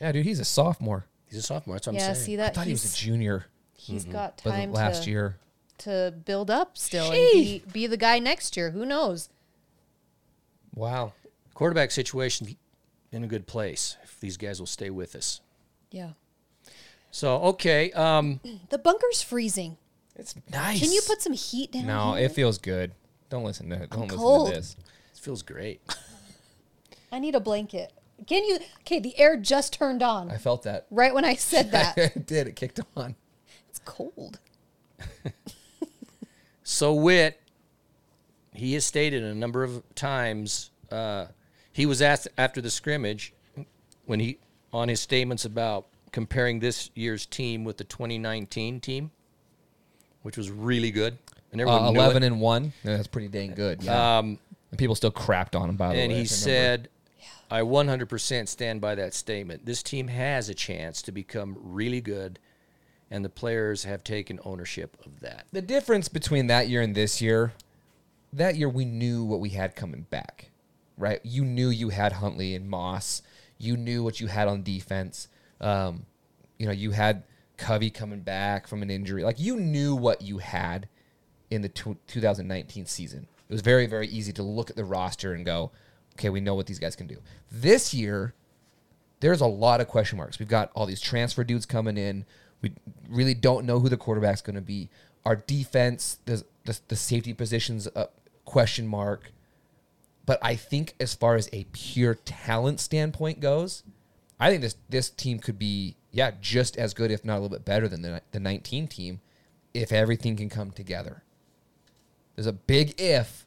C: Yeah, dude, he's a sophomore.
D: He's a sophomore. That's what
B: yeah,
D: I'm saying.
B: see
C: I
B: that
C: thought he was a
B: he's
C: junior
B: he's got
C: by the
B: time
C: last
B: to,
C: year.
B: to build up still and be, be the guy next year. Who knows?
C: Wow.
D: Quarterback situation in a good place if these guys will stay with us.
B: Yeah,
D: So, okay. Um,
B: the bunker's freezing.
C: It's nice.
B: Can you put some heat down?
C: No,
B: here?
C: it feels good. Don't listen to don't listen
B: cold.
C: to this.
D: it feels great.
B: I need a blanket. Can you? Okay, the air just turned on
C: I felt that.
B: right when I said that.
C: I did. It kicked on.
B: it's cold.
D: So Witt, he has stated a number of times uh, he was asked after the scrimmage when he on his statements about comparing this year's team with the 2019 team, which was really good, and everyone
C: Uh,
D: knew
C: Eleven
D: it.
C: and one. Yeah, that's pretty dang good. Yeah. Um, and people still crapped on him by the
D: And
C: way. I remember.
D: he said, "I 100% stand by that statement. This team has a chance to become really good." And the players have taken ownership of that.
C: the difference between that year and this year. That year we knew what we had coming back, right? You knew you had Huntley and Moss. You knew what you had on defense. Um, you know you had Covey coming back from an injury. Like you knew what you had in the tw 2019 season. It was very very easy to look at the roster and go, okay, we know what these guys can do. This year, there's a lot of question marks. We've got all these transfer dudes coming in. We really don't know who the quarterback's going to be. Our defense, the, the, the safety positions, a question mark. But I think as far as a pure talent standpoint goes, I think this this team could be yeah just as good, if not a little bit better than the the 19 team, if everything can come together. There's a big if,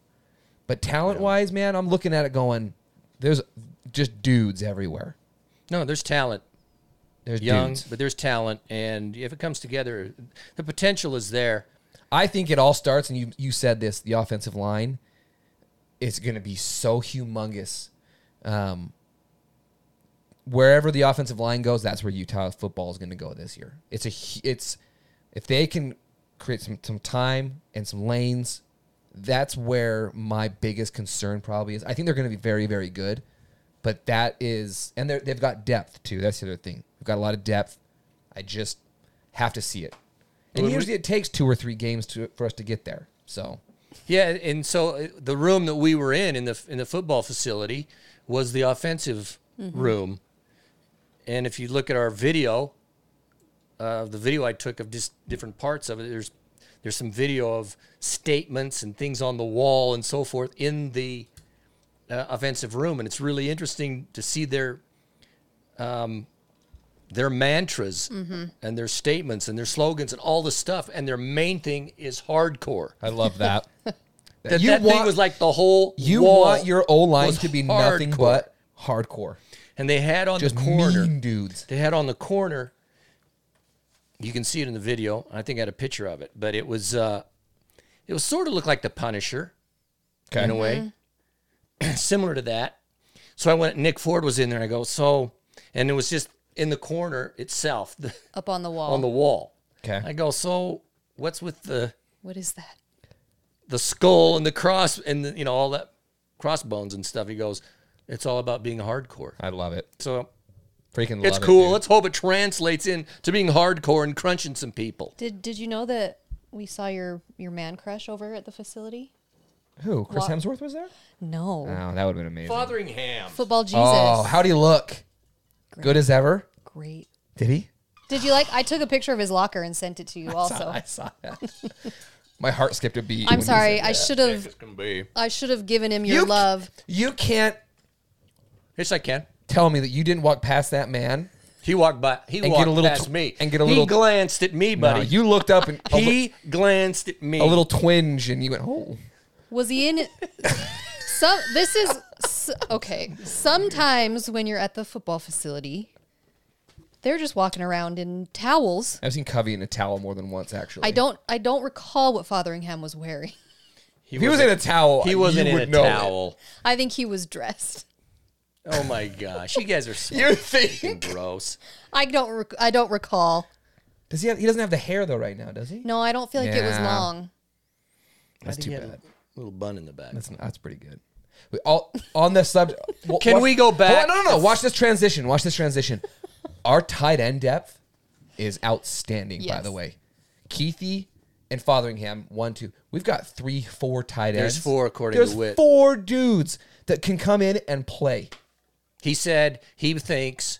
C: but talent wise, man, I'm looking at it going, there's just dudes everywhere.
D: No, there's talent.
C: There's
D: young,
C: dudes.
D: but there's talent, and if it comes together, the potential is there.
C: I think it all starts, and you you said this: the offensive line is going to be so humongous. Um, wherever the offensive line goes, that's where Utah football is going to go this year. It's a hu- it's if they can create some some time and some lanes, that's where my biggest concern probably is. I think they're going to be very very good, but that is and they're- they've got depth too. That's the other thing. We've got a lot of depth. I just have to see it, and
D: Well, we-
C: usually it takes two or three games to, for us to get there. So
D: Yeah, and so uh, the room that we were in in the in the football facility was the offensive room, and if you look at our video, uh, the video I took of just different parts of it, there's there's some video of statements and things on the wall and so forth in the uh, offensive room, and it's really interesting to see their um, their mantras and their statements and their slogans and all this stuff. And their main thing is hardcore.
C: I love that.
D: That, that thing was like the whole
C: You
D: wall
C: want your O line
D: was
C: to be nothing
D: hardcore.
C: but hardcore,
D: And they had on
C: just
D: the corner.
C: mean dudes.
D: They had on the corner. You can see it in the video. I think I had a picture of it, but it was uh, it was sort of looked like the Punisher
C: Okay.
D: in a way,
C: Mm-hmm.
D: similar to that. So I went. Nick Ford was in there. And I go so, and it was just in the corner itself. The,
B: Up on the wall.
D: on the wall.
C: Oh. Okay.
D: I go, so what's with the
B: what is that?
D: the skull and the cross and the, you know all that crossbones and stuff? He goes, it's all about being hardcore.
C: I love it.
D: So
C: Freaking.
D: it's
C: love
D: cool.
C: It, dude.
D: Let's hope it translates in to being hardcore and crunching some people.
B: Did Did you know that we saw your your man crush over at the facility?
C: Who? Chris
B: Lot-
C: Hemsworth was there?
B: No.
C: Oh, that would have been amazing.
D: Fotheringham.
B: Football Jesus.
C: Oh, how'd he look? Good as ever.
B: Great.
C: Did he?
B: Did you like? I took a picture of his locker and sent it to you. Also,
C: I saw that. My heart skipped a beat. when
B: I'm
C: you
B: sorry.
C: said
B: I
C: that.
B: should have.
D: can be.
B: I should have given him
C: You
B: your
C: c-
B: love.
C: You can't
D: Yes, I can.
C: tell me that you didn't walk past that man.
D: He walked by. He
C: get
D: walked
C: a little
D: past
C: tw-
D: me
C: and get a
D: He
C: little-
D: glanced at me,
C: No,
D: buddy.
C: you looked up and a, li-
D: he glanced at me.
C: a little twinge, and you went, "Oh,
B: Was he in? Some. This is s- okay. Sometimes when you're at the football facility, they're just walking around in towels.
C: I've seen Covey in a towel more than once." Actually,
B: I don't. I don't recall what Fotheringham was wearing.
D: He,
C: If he was in a towel,
D: He wasn't
C: you
D: in
C: would
D: a
C: know it.
D: towel.
B: I think he was dressed.
D: Oh my gosh, you guys are so
C: You think?
D: gross.
B: I don't. Rec- I don't recall.
C: Does he have? He doesn't have the hair though right now, does he?
B: No, I don't feel like it was
C: Yeah.
B: long.
C: That's
D: I think
C: too
D: he had a
C: bad.
D: Little bun in the back.
C: That's that's pretty good. We all on this subject. wa-
D: Can
C: watch-
D: we go
C: Hold on,
D: back?
C: no, no, no. Watch this transition. Watch this transition. Our tight end depth is outstanding. By
B: Yes.
C: the way, Keithy and Fotheringham one two. We've got three, four tight ends.
D: There's four, according to
C: There's
D: Witt.
C: four dudes that can come in and play.
D: He said he thinks,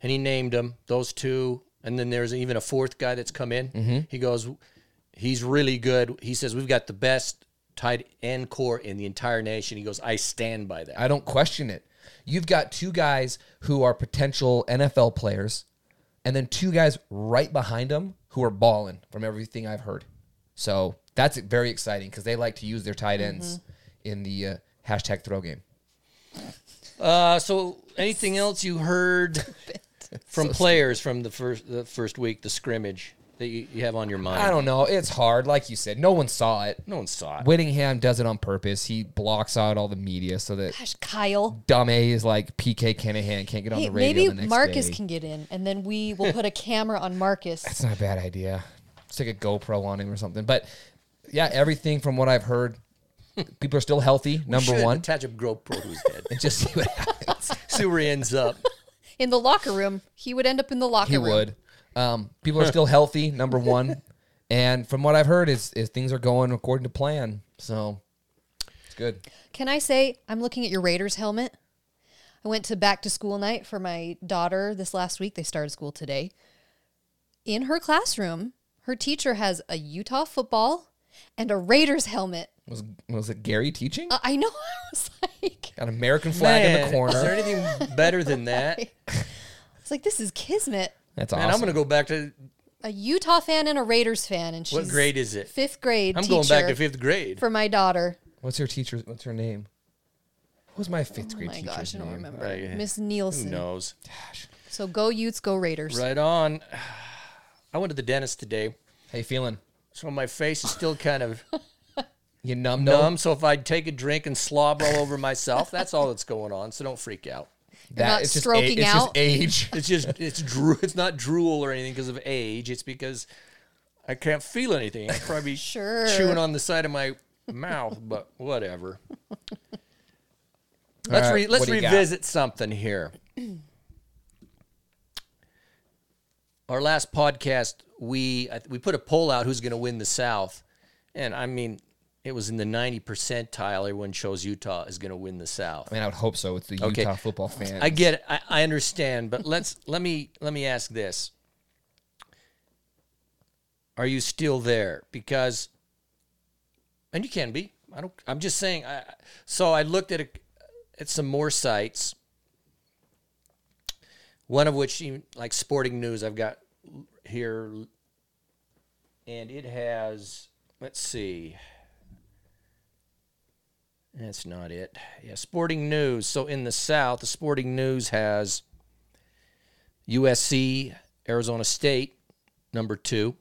D: and he named them those two, and then there's even a fourth guy that's come in.
C: Mm-hmm.
D: He goes, he's really good. He says we've got the best tight end core in the entire nation. He goes, I stand by that.
C: I don't question it. You've got two guys who are potential NFL players, and then two guys right behind them who are balling from everything I've heard. So that's very exciting because they like to use their tight ends
B: Mm-hmm.
C: in the uh, hashtag throw game.
D: Uh, so anything else you heard from players from the first the first week, the scrimmage that you, you have on your mind?
C: I don't know. It's hard, like you said. No one saw it.
D: No one saw it.
C: Whittingham does it on purpose. He blocks out all the media so that
B: Gosh, Kyle.
C: dumb A is like PK Canahan can't get on
B: Hey,
C: the radio.
B: maybe
C: the next
B: Marcus
C: day.
B: can get in, and then we will put a camera on Marcus.
C: It's not a bad idea. Stick a GoPro on him or something. But yeah, everything from what I've heard, people are still healthy. Number
D: Should
C: one,
D: attach a GoPro to his head.
C: and just see what happens.
D: See where he ends up.
B: In the locker room, he would end up in the locker
C: he
B: room.
C: would. Um, people are still healthy. Number one, and from what I've heard, is is things are going according to plan. So it's good.
B: Can I say I'm looking at your Raiders helmet? I went to back to school night for my daughter this last week. They started school today. In her classroom, her teacher has a Utah football and a Raiders helmet.
C: Was was it Gary teaching?
B: Uh, I know. I was like,
C: Got an American flag in
D: Man,
C: the
D: Is there
C: corner.
D: anything better than that?
B: it's like this is kismet.
C: That's
D: Man,
C: awesome.
D: I'm going to go back to
B: A Utah fan and a Raiders fan, and she's
D: What grade is it?
B: Fifth grade.
D: I'm
B: teacher
D: going back to fifth grade.
B: for my daughter.
C: what's your teacher? What's her name? What was my fifth grade
B: Oh my
C: teacher's
B: gosh, I don't
C: name?
B: remember.
D: Right, yeah.
B: Miss
D: Who
B: Nielsen.
D: knows?
B: So go Utes, go Raiders.
D: Right on. I went to the dentist today,
C: How you feeling?
D: so my face is still kind of
C: You numb?
D: numb. So if I take a drink and slob all over myself, that's all that's going on. So don't freak out.
C: That
B: not
C: it's just
B: stroking
C: a- it's just
B: out?
C: age.
D: It's just it's drool. It's not drool or anything because of age. It's because I can't feel anything. I'm probably
B: Sure.
D: chewing on the side of my mouth, but whatever. Let's
C: right,
D: re- let's
C: what do you got?
D: revisit something here. Our last podcast, we I th- we put a poll out who's going to win the South, and I mean it was in the ninety percentile. Everyone chose Utah is going to win the South.
C: I mean, I would hope so. It's the Utah
D: Okay.
C: football fan.
D: I get it. I, I understand, but let's let me let me ask this. Are you still there? Because and you can be. I don't I'm just saying I I- so I looked at a, at some more sites one of which even- like sporting news I've got here and it has let's see that's not it. Yeah, Sporting News. So in the South, the Sporting News has USC, Arizona State, number two,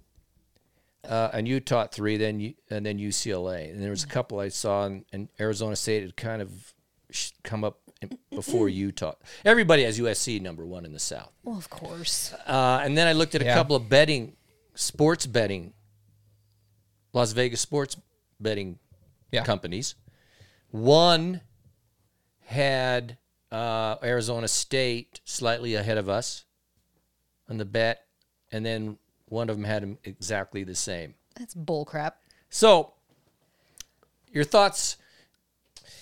D: uh, and Utah at three, then U- and then UCLA. And there was a couple I saw, and, and Arizona State had kind of sh- come up in- before Utah. Everybody has USC number one in the South.
B: Well, Oh, of course.
D: Uh, and then I looked at a
C: Yeah.
D: couple of betting, sports betting, Las Vegas sports betting
C: Yeah.
D: companies. One had uh, Arizona State slightly ahead of us on the bet, and then one of them had them exactly the same.
B: That's bull crap.
D: So, your thoughts?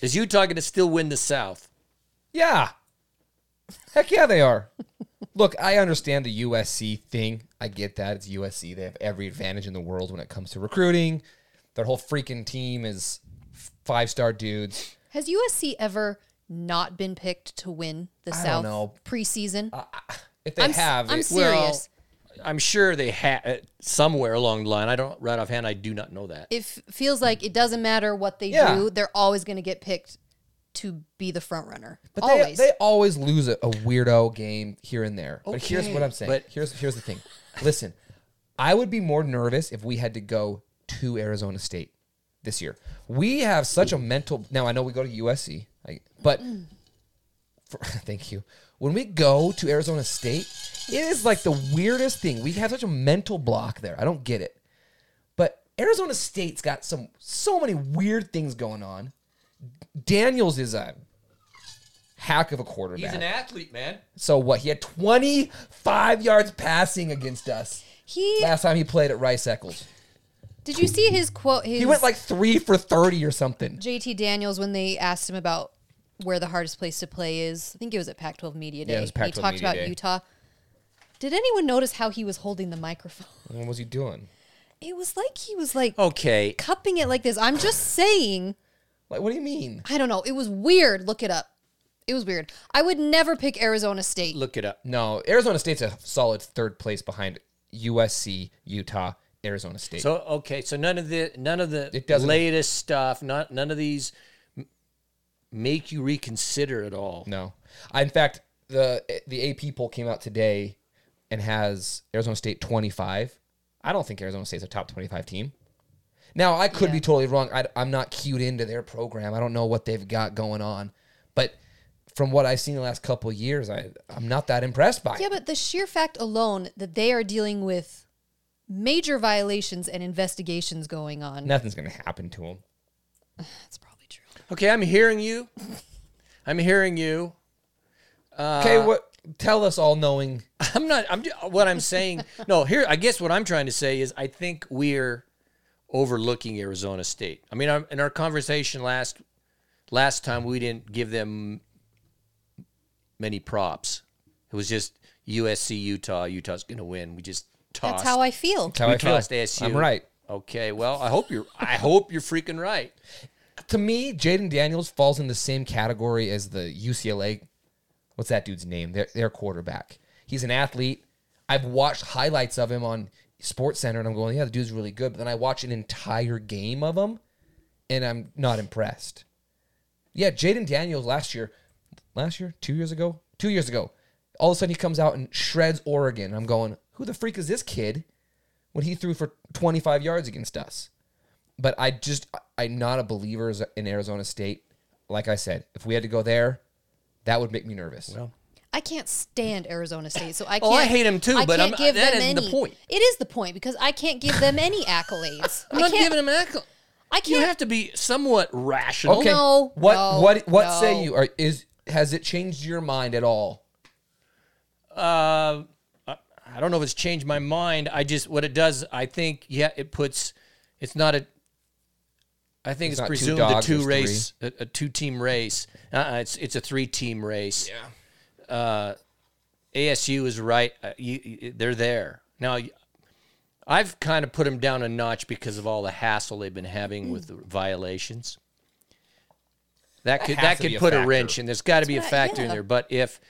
D: Is Utah going to still win the South?
C: Yeah. Heck yeah, they are. Look, I understand the USC thing. I get that. It's USC. They have every advantage in the world when it comes to recruiting. Their whole freaking team is five star dudes.
B: Has USC ever not been picked to win the
C: don't
B: South
C: know.
B: preseason?
C: If they
B: I'm s-
C: have,
B: I'm
C: it-
B: s- Serious.
D: Well, I'm sure they had somewhere along the line. I don't right offhand. I do not know that.
B: it f- feels like it doesn't matter what they
C: Yeah.
B: do; they're always going to get picked to be the front runner.
C: but they,
B: always.
C: they always lose a, a weirdo game here and there. But here's
D: Okay,
C: what I'm saying.
D: but-
C: here's here's the thing. Listen, I would be more nervous if we had to go to Arizona State this year. We have such a mental. Now I know we go to USC, I, but for, thank you. When we go to Arizona State, it is like the weirdest thing. We have such a mental block there. I don't get it. But Arizona State's got some so many weird things going on. Daniels is a hack of a quarterback.
D: athlete, man.
C: so what? He had 25 yards passing against us
B: He
C: last time he played at Rice Eccles.
B: did you see his quote? His
C: He went like three for 30 or something.
B: JT Daniels when they asked him about where the hardest place to play is. I think it was at Pac-12 Media Day.
C: Yeah, it was
B: he
C: Pac-12
B: talked
C: Media
B: about
C: Day.
B: Utah. Did anyone notice how he was holding the microphone?
C: What was he doing?
B: It was like he was like
C: Oh.
D: Okay.
B: cupping it like this. I'm just saying.
C: Like, what do you mean?
B: I don't know. It was weird. Look it up. It was weird. I would never pick Arizona State.
D: Look it up.
C: No, Arizona State's a solid third place behind USC, Utah, Arizona State.
D: So okay, so none of the none of the
C: It doesn't-
D: latest stuff, not none of these m- make you reconsider at all.
C: no, I, in fact, the the AP poll came out today and has Arizona State twenty five. I don't think Arizona State's a top twenty five team. Now I could be totally wrong. I, I'm not cued into their program. I don't know what they've got going on, but from what I've seen the last couple of years, I I'm not that impressed by. it.
B: Yeah, but the sheer fact alone that they are dealing with major violations and investigations going on.
C: Nothing's gonna happen to them.
B: That's probably true.
D: Okay, I'm hearing you. I'm hearing you.
C: okay, what? Tell us all knowing.
D: I'm not. I'm. ju- What I'm saying. No, here. I guess what I'm trying to say is I think we're overlooking Arizona State. I mean, our, in our conversation last last time, we didn't give them many props. It was just USC, Utah. Utah's going to win. We just tossed.
B: That's how I feel.
C: That's how
D: we
C: I feel.
D: tossed ASU.
C: I'm right.
D: Okay. Well, I hope you're. I hope you're freaking right.
C: to me, Jaden Daniels falls in the same category as the UCLA. What's that dude's name? Their, their quarterback. He's an athlete. I've watched highlights of him on Sports Center, and I'm going, yeah, the dude's really good. But then I watch an entire game of him, and I'm not impressed. Yeah, Jaden Daniels last year, last year, two years ago, two years ago, all of a sudden he comes out and shreds Oregon. I'm going, who the freak is this kid? When he threw for 25 yards against us but I just I'm not a believer as- in Arizona State. Like I said, if we had to go there, that would make me nervous.
B: I can't stand Arizona State, so I can't.
D: Oh, I hate 'em too,
B: I
D: but
B: can't
D: I'm-
B: give
D: that
B: them
D: isn't the
B: any-
D: point.
B: It is the point because I can't give them any accolades.
D: I'm
B: I
D: not
B: can't.
D: giving them accolades.
B: I
D: You
B: can't.
D: have to be somewhat rational.
C: okay,
B: no,
C: what
B: no,
C: what what say
B: no.
C: you? Or is has it changed your mind at all?
D: Uh, I I don't know if it's changed my mind. I just what it does. I think yeah, it puts. It's not a. I think it's,
C: not two
D: presumed a
C: dogs,
D: two
C: there's
D: race, a, a two team race. Uh-uh, it's it's a three team race. Yeah. Uh, ASU is right. Uh, you, you- they're there now. y- I've kind of put them down a notch because of all the hassle they've been having with the violations. That could
C: has
D: that
C: to
D: could
C: be a
D: put a
C: factor.
D: wrench in. There's got to be a
B: what I-
D: factor in
B: yeah.
D: there. But if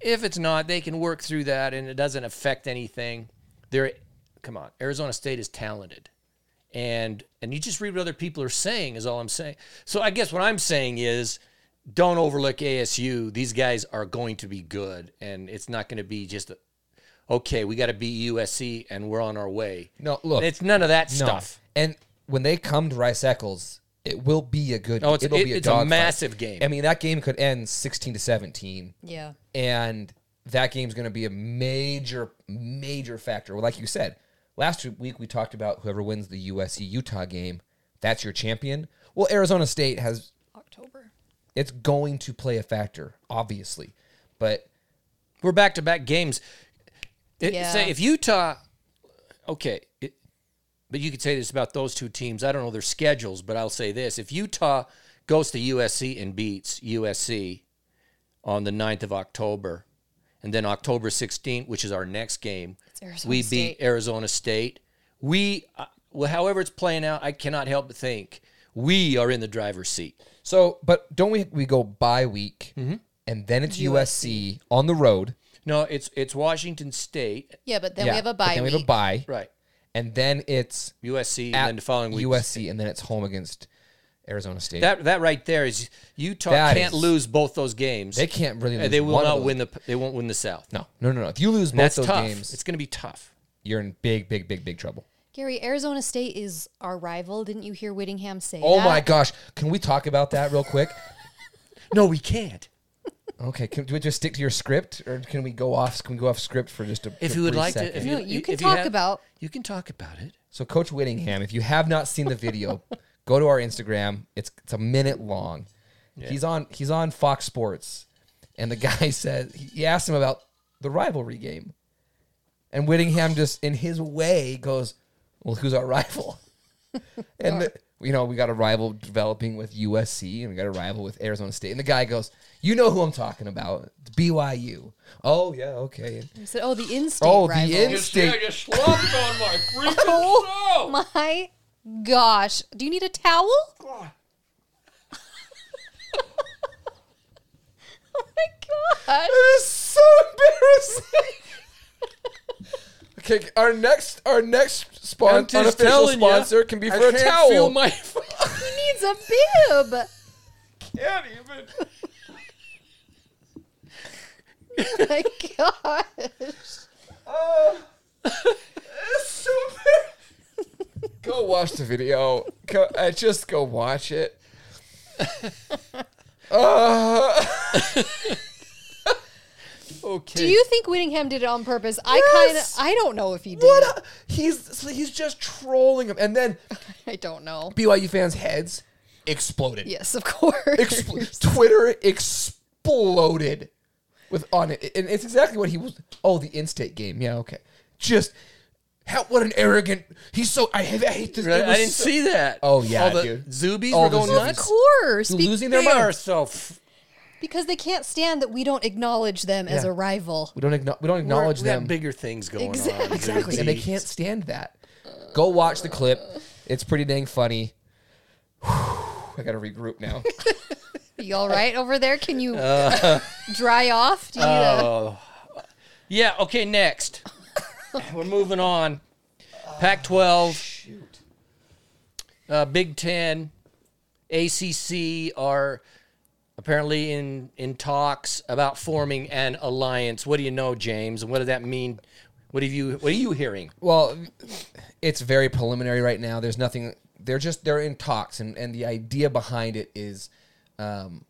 D: if it's not, they can work through that, and it doesn't affect anything. They're come on, Arizona State is talented, and and you just read what other people are saying is all I'm saying. So I guess what I'm saying is, don't overlook ASU. These guys are going to be good, and it's not going to be just a, okay. We got to beat USC, and we're on our way.
C: No, look,
D: it's none of that
C: No.
D: stuff.
C: And when they come to Rice Eccles, it will be a good.
D: No, it's-
C: it'll
D: it-
C: be a
D: it's a
C: dogfight.
D: massive game.
C: I mean, that game could end sixteen to seventeen.
B: Yeah.
C: and that game's going to be a major, major factor. Well, like you said, last week we talked about whoever wins the USC Utah game, that's your champion. Well, Arizona State has
B: October.
C: it's going to play a factor, obviously, but
D: We're back to back games. It,
B: Yeah.
D: Say if Utah, okay, it, but you could say this about those two teams. I don't know their schedules, but I'll say this: if Utah goes to USC and beats USC on the 9th of October, and then October 16th, which is our next game,
B: Arizona
D: we
B: State.
D: beat Arizona State. We, uh, well, however it's playing out, I cannot help but think we are in the driver's seat.
C: so but don't we we go bye week
D: Mm-hmm.
C: and then it's USC. on the road.
D: No, it's it's Washington State,
B: Yeah, but then
C: Yeah,
B: we have a
C: but
B: bye
C: Then
B: week.
C: we have a bye,
D: right?
C: and then it's
D: USC,
C: at
D: and then the following week
C: USC, and then it's home against Arizona State.
D: That that right there is Utah
C: That
D: can't
C: is-
D: lose both those games.
C: they can't really.
D: Uh,
C: Lose
D: They will
C: one of
D: not
C: those.
D: win the. They won't win the South.
C: No, no, no, no. If you lose both
D: that's
C: those
D: tough.
C: games,
D: It's going to be tough.
C: you're in big, big, big, big trouble.
B: Gary, Arizona State is our rival. Didn't you hear Whittingham say
C: Oh
B: that?
C: my gosh. Can we talk about that real quick?
D: No, we can't.
C: Okay, can, do we just stick to your script, or can we go off? Can we go off script for just a
D: If
C: a
D: you would
C: brief
D: like to,
C: second?
D: if
B: No, you can
D: if
B: talk
D: have-
B: about-
D: You can talk about it.
C: So, Coach Whittingham, if you have not seen the video, go to our Instagram. It's it's a minute long. He's on he's on Fox Sports, and the guy says he asked him about the rivalry game, and Whittingham just in his way goes, "Well, who's our rival?" and the, you know we got a rival developing with USC, and we got a rival with Arizona State, and the guy goes, "You know who I'm talking about? It's BYU." Oh yeah, okay.
B: I said, "Oh, the in-state
C: Oh, the
B: rival."
C: in state.
E: just slumped on my
B: Oh my gosh! Do you need a towel? oh Oh my gosh!
C: That is so embarrassing. okay, our next our next
E: I'm
C: sponsor
E: just
C: unofficial
E: telling ya,
C: sponsor can be
E: I
C: for a
E: can't
C: towel.
E: feel my
B: He needs a bib.
E: can't even.
B: my gosh!
C: go watch the video. Go, uh, just go watch it. Uh,
E: Okay.
B: Do you think Whittingham did it on purpose? I kind of.
C: Yes.
B: I don't know if he did.
C: What? A, he's so he's just trolling him, and then
B: I don't know.
C: BYU fans' heads exploded.
B: Yes, of course.
C: Expl- Twitter exploded with on it, and it's exactly what he was. Oh, the in-state game. Yeah, okay. Just how, what an arrogant. He's so I, hate- I hate this. it
D: I
C: was
D: didn't
C: so-
D: see that.
C: Oh, yeah,
D: All the
C: dude.
D: Zubies
C: All
D: were
C: the
D: going
C: Zubies.
B: of
D: nuts.
B: course, be-
C: losing their
D: They are
C: minds.
D: so. F-
B: because they can't stand that we don't acknowledge them as
C: Yeah.
B: a rival.
C: We don't igno- we don't acknowledge
D: we have
C: them.
D: bigger things going on.
B: Exactly.
D: Exactly.
C: and they can't stand that. Go watch the clip. It's pretty dang funny. I gotta regroup now.
B: Are you all right over there? Can you
C: Uh,
B: dry off? Do you,
D: Yeah. Okay. Next, we're moving on. Pac-12. Shoot. Uh, Big Ten, ACC are apparently in in talks about forming an alliance. What do you know, James? And what does that mean? What have you What are you hearing?
C: Well, it's very preliminary right now. There's nothing. They're just they're in talks, and and the idea behind it is, um,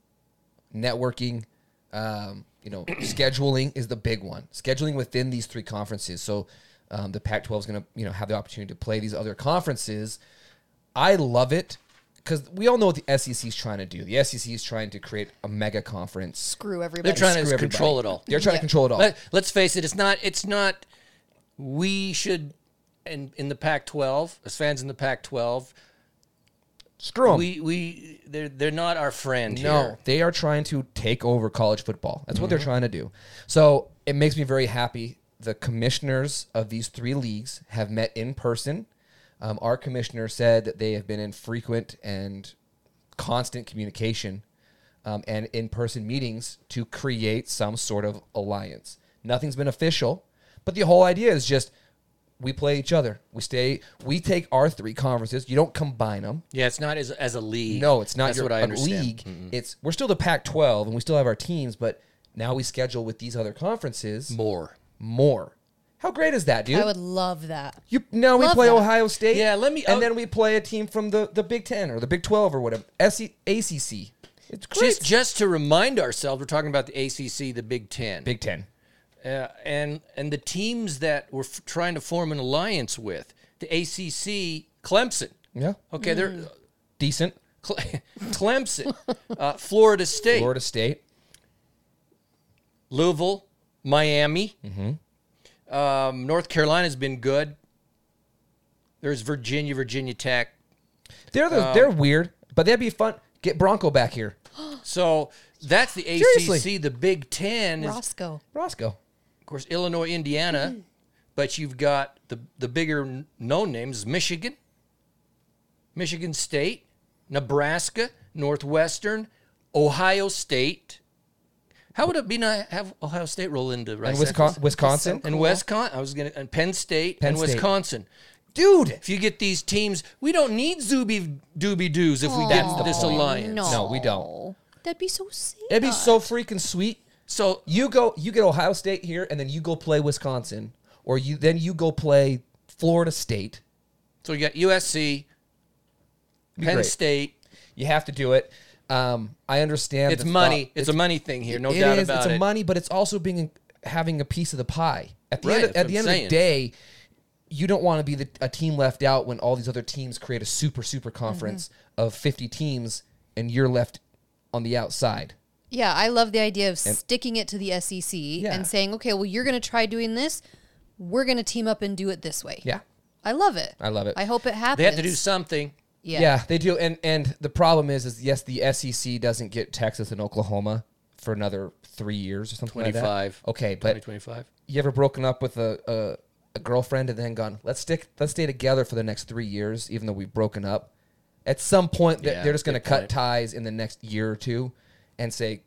C: networking. Um, you know, scheduling is the big one. Scheduling within these three conferences. So, um, the Pac-12 is going to you know have the opportunity to play these other conferences. I love it because we all know what the SEC is trying to do. The SEC is trying to create a mega conference.
B: screw everybody.
D: They're trying to
C: Screw
D: control it
C: everybody.
D: all.
C: They're trying
B: Yeah.
C: to control it all.
D: Let, let's face it. It's not. It's not. We should, in in the Pac-12, as fans in the Pac-12,
C: Screw 'em.
D: we we they're they're not our friend here.
C: Oh. No, they are trying to take over college football. That's what they're trying to do. So it makes me very happy. The commissioners of these three leagues have met in person. Um, our commissioner said that they have been in frequent and constant communication um, and in person meetings to create some sort of alliance. Nothing's been official, but the whole idea is just we play each other. We stay, we take our three conferences. You don't combine them.
D: Yeah, it's not as as a league.
C: No, it's not
D: That's
C: your
D: what I
C: a
D: understand.
C: league. It's we're still the Pac-12 and we still have our teams, but now we schedule with these other conferences more.
D: More.
C: How great is that, dude?
B: I would love that.
C: you now we
B: love
C: play
B: that.
C: Ohio State.
D: Yeah, let me-
C: and
D: oh.
C: then we play a team from the the Big Ten or the Big Twelve or whatever. E, SC, ACC. It's great.
D: Just just to remind ourselves, we're talking about the ACC, the Big Ten,
C: Big Ten.
D: uh, and and the teams that we're f- trying to form an alliance with. The ACC, Clemson.
C: Yeah,
D: Okay, they're uh,
C: decent.
D: Cle- Clemson, uh, Florida State,
C: Florida State.
D: Louisville, Miami. Um, North Carolina's been good. There's Virginia, Virginia Tech.
C: They're the,
D: Um,
C: they're weird, but that'd be fun. Get Bronco back here,
D: So that's the ACC.
C: Seriously.
D: The Big Ten is
B: Roscoe.
C: Roscoe.
D: of course Illinois, Indiana, but you've got the the bigger n- known names: Michigan, Michigan State, Nebraska, Northwestern, Ohio State. How would it be not have Ohio State roll into right
C: And Wisconsin,
D: Wisconsin
C: Wisconsin,
D: and Wisconsin? I was gonna and Penn State
C: Penn
D: and
C: State.
D: Wisconsin.
C: dude.
D: If you get these teams, we don't need Zooby Dooby Doos if we
C: That's
D: get
C: the
D: this
C: point.
D: alliance.
B: No.
C: No, we don't.
B: That'd be so sad.
C: It'd be so freaking sweet.
D: So
C: you go you get ohio state here and then you go play wisconsin or you then you go play florida state
D: so you got USC, Penn
C: great.
D: State,
C: you have to do it Um, I understand
D: It's
C: the
D: money.
C: thought-
D: It's, a money thing here, no
C: it
D: doubt
C: is,
D: about
C: it's a
D: it.
C: money, but it's also being having a piece of the pie. At the
D: Right,
C: end, of,
D: that's
C: at the end
D: what
C: of
D: I'm
C: the
D: saying.
C: day, you don't want to be the, a team left out when all these other teams create a super super conference of fifty teams, and you're left on the outside.
B: Yeah, I love the idea of sticking it to the SEC and saying, okay, well, you're going to try doing this. We're going to team up and do it this way.
C: Yeah,
B: I love it.
C: I love it.
B: I hope it happens.
D: They have to do something.
B: Yeah.
C: they do. And and the problem is, is yes, the SEC doesn't get Texas and Oklahoma for another three years or something like that.
D: 25.
C: Okay, but
D: 2025.
C: you ever broken up with a, a a girlfriend and then gone let's stick let's stay together for the next three years even though we've broken up at some point they're,
D: Yeah,
C: they're just going to
D: good
C: cut
D: point.
C: ties in the next year or two and say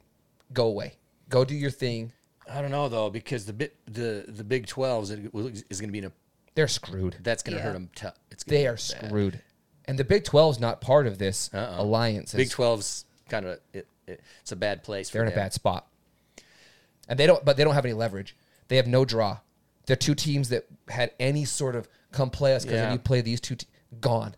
C: go away go do your thing
D: I don't know though because the bit the the Big 12 is, is going to be in a
C: they're screwed
D: that's going to
B: Yeah.
D: hurt them. T- it's gonna
C: they
D: be
C: are
D: bad. Uh-uh.
C: screwed and the big 12's not part of this alliance
D: Big
C: It's-
D: 12's kind of it, it, it's a bad place.
C: they're
D: for
C: in a
D: them.
C: bad spot and they don't but they don't have any leverage they have no draw they're two teams that had any sort of come play us because
D: Yeah.
C: if you play these two te- gone